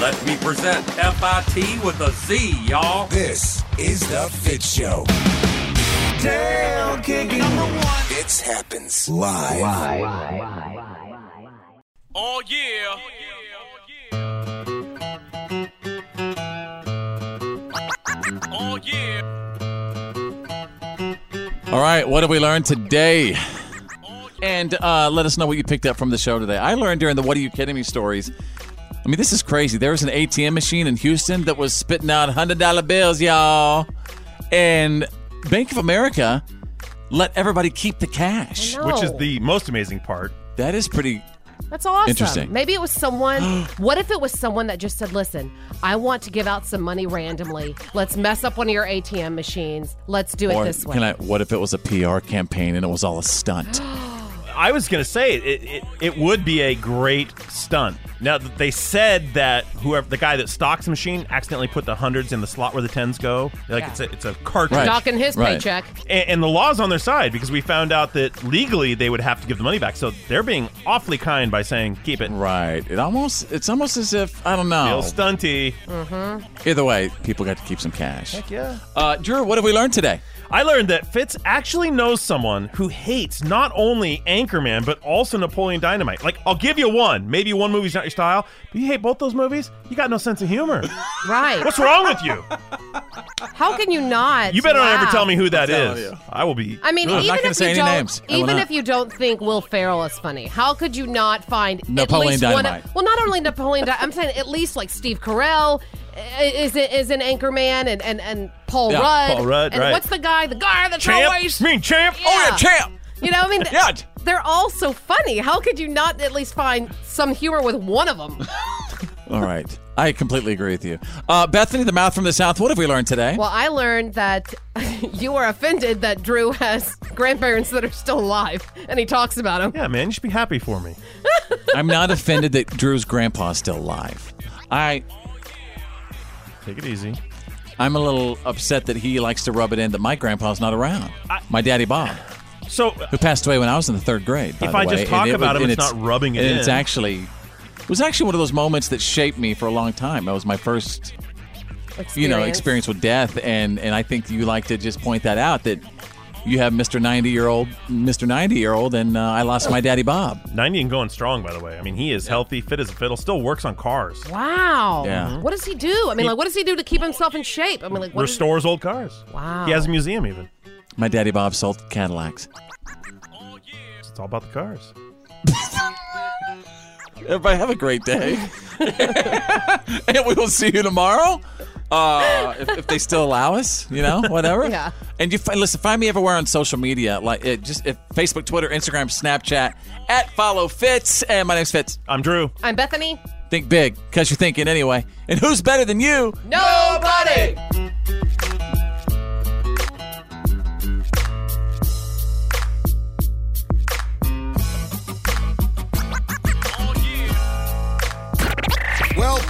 Speaker 7: Let me present FIT with a Z, y'all. This is the Fit Show.
Speaker 8: Down kicking. Number one. Fits happens live.
Speaker 7: All year. All year.
Speaker 2: All right, what have we learned today? And uh, let us know what you picked up from the show today. I learned during the What Are You Kidding Me stories. I mean, this is crazy. There was an ATM machine in Houston that was spitting out $100 bills, y'all. And Bank of America let everybody keep the cash,
Speaker 5: I know. Which is
Speaker 1: the most amazing part.
Speaker 2: That is pretty.
Speaker 5: That's awesome.
Speaker 2: Interesting.
Speaker 5: Maybe it was someone. what if it was someone that just said, "Listen, I want to give out some money randomly. Let's mess up one of your ATM machines. Let's do it
Speaker 2: or
Speaker 5: this way."
Speaker 2: can I, what if it was a PR campaign and it was all a stunt?
Speaker 1: I was gonna say it, it. It would be a great stunt. Now th- they said that whoever the guy that stocks the machine accidentally put the hundreds in the slot where the tens go. Like
Speaker 5: Yeah.
Speaker 1: it's a it's a cartridge.
Speaker 5: Docking his paycheck.
Speaker 1: And, and the law's on their side because we found out that legally they would have to give the money back. So they're being awfully kind by saying keep it.
Speaker 2: Right. It almost it's almost as if I don't know.
Speaker 1: Feels stunty.
Speaker 5: Mm-hmm.
Speaker 2: Either way, people got to keep some cash.
Speaker 1: Heck yeah.
Speaker 2: Uh, Drew, what have we learned today?
Speaker 1: I learned that Fitz actually knows someone who hates not only Anchorman but also Napoleon Dynamite. Like, I'll give you one. Maybe one movie's not your style, but you hate both those movies. You got no sense of humor.
Speaker 5: Right.
Speaker 1: What's wrong with you?
Speaker 5: How can you not?
Speaker 1: You better not ever
Speaker 5: Wow.
Speaker 1: tell me who that
Speaker 2: I'm telling
Speaker 1: is.
Speaker 2: you.
Speaker 1: I will be.
Speaker 5: I mean, even if you don't, even if
Speaker 1: you.
Speaker 5: you don't think Will Ferrell is funny, how could you not find
Speaker 1: Napoleon
Speaker 5: at least One
Speaker 1: Dynamite.
Speaker 5: of, well, not only Napoleon, Di- I'm saying at least like Steve Carell i- is i- is an anchorman and and and Paul
Speaker 1: Yeah,
Speaker 5: Rudd.
Speaker 1: Paul Rudd,
Speaker 5: and
Speaker 1: right.
Speaker 5: What's the guy? The guy that's
Speaker 1: Champ?
Speaker 5: always
Speaker 1: You mean champ? Oh, yeah, champ.
Speaker 5: You know, I mean, they're all so funny. How could you not at least find some humor with one of them?
Speaker 2: All right. I completely agree with you. Uh, Bethany, the mouth from the south. What have we learned today?
Speaker 5: Well, I learned that you are offended that Drew has grandparents that are still alive, and he talks about them.
Speaker 1: Yeah, man, you should be happy for me.
Speaker 2: I'm not offended that Drew's grandpa's still alive. I
Speaker 1: take it easy.
Speaker 2: I'm a little upset that he likes to rub it in that my grandpa's not around. my daddy Bob.
Speaker 1: So uh,
Speaker 2: who passed away when I was in the third grade. By
Speaker 1: If
Speaker 2: the
Speaker 1: I
Speaker 2: way,
Speaker 1: just talk
Speaker 2: and it,
Speaker 1: about him,
Speaker 2: and
Speaker 1: it's not rubbing it
Speaker 2: and It's
Speaker 1: in.
Speaker 2: actually it was actually one of those moments that shaped me for a long time. That was my first you know experience with death and and i think you like to just point that out that you have mr 90 year old mr 90 year old and uh, i lost my daddy bob
Speaker 1: 90 and going strong, by the way. I mean, he is healthy, fit as a fiddle, still works on cars.
Speaker 5: Wow.
Speaker 1: Yeah.
Speaker 5: What does he do? I mean, like, what does he do to keep himself in shape? I mean, like, what is-
Speaker 1: Restores old cars.
Speaker 5: Wow.
Speaker 1: He has a museum, even.
Speaker 2: my daddy bob sold cadillacs
Speaker 1: It's all about the cars.
Speaker 2: everybody have a great day and we will see you tomorrow uh, if, if they still allow us you know whatever
Speaker 5: Yeah.
Speaker 2: and you find, listen find me everywhere on social media like it just if facebook twitter instagram snapchat at follow fitz and my name's fitz
Speaker 1: i'm drew
Speaker 5: I'm Bethany.
Speaker 2: think big because you're thinking anyway and who's better than you
Speaker 5: Nobody.
Speaker 16: Well,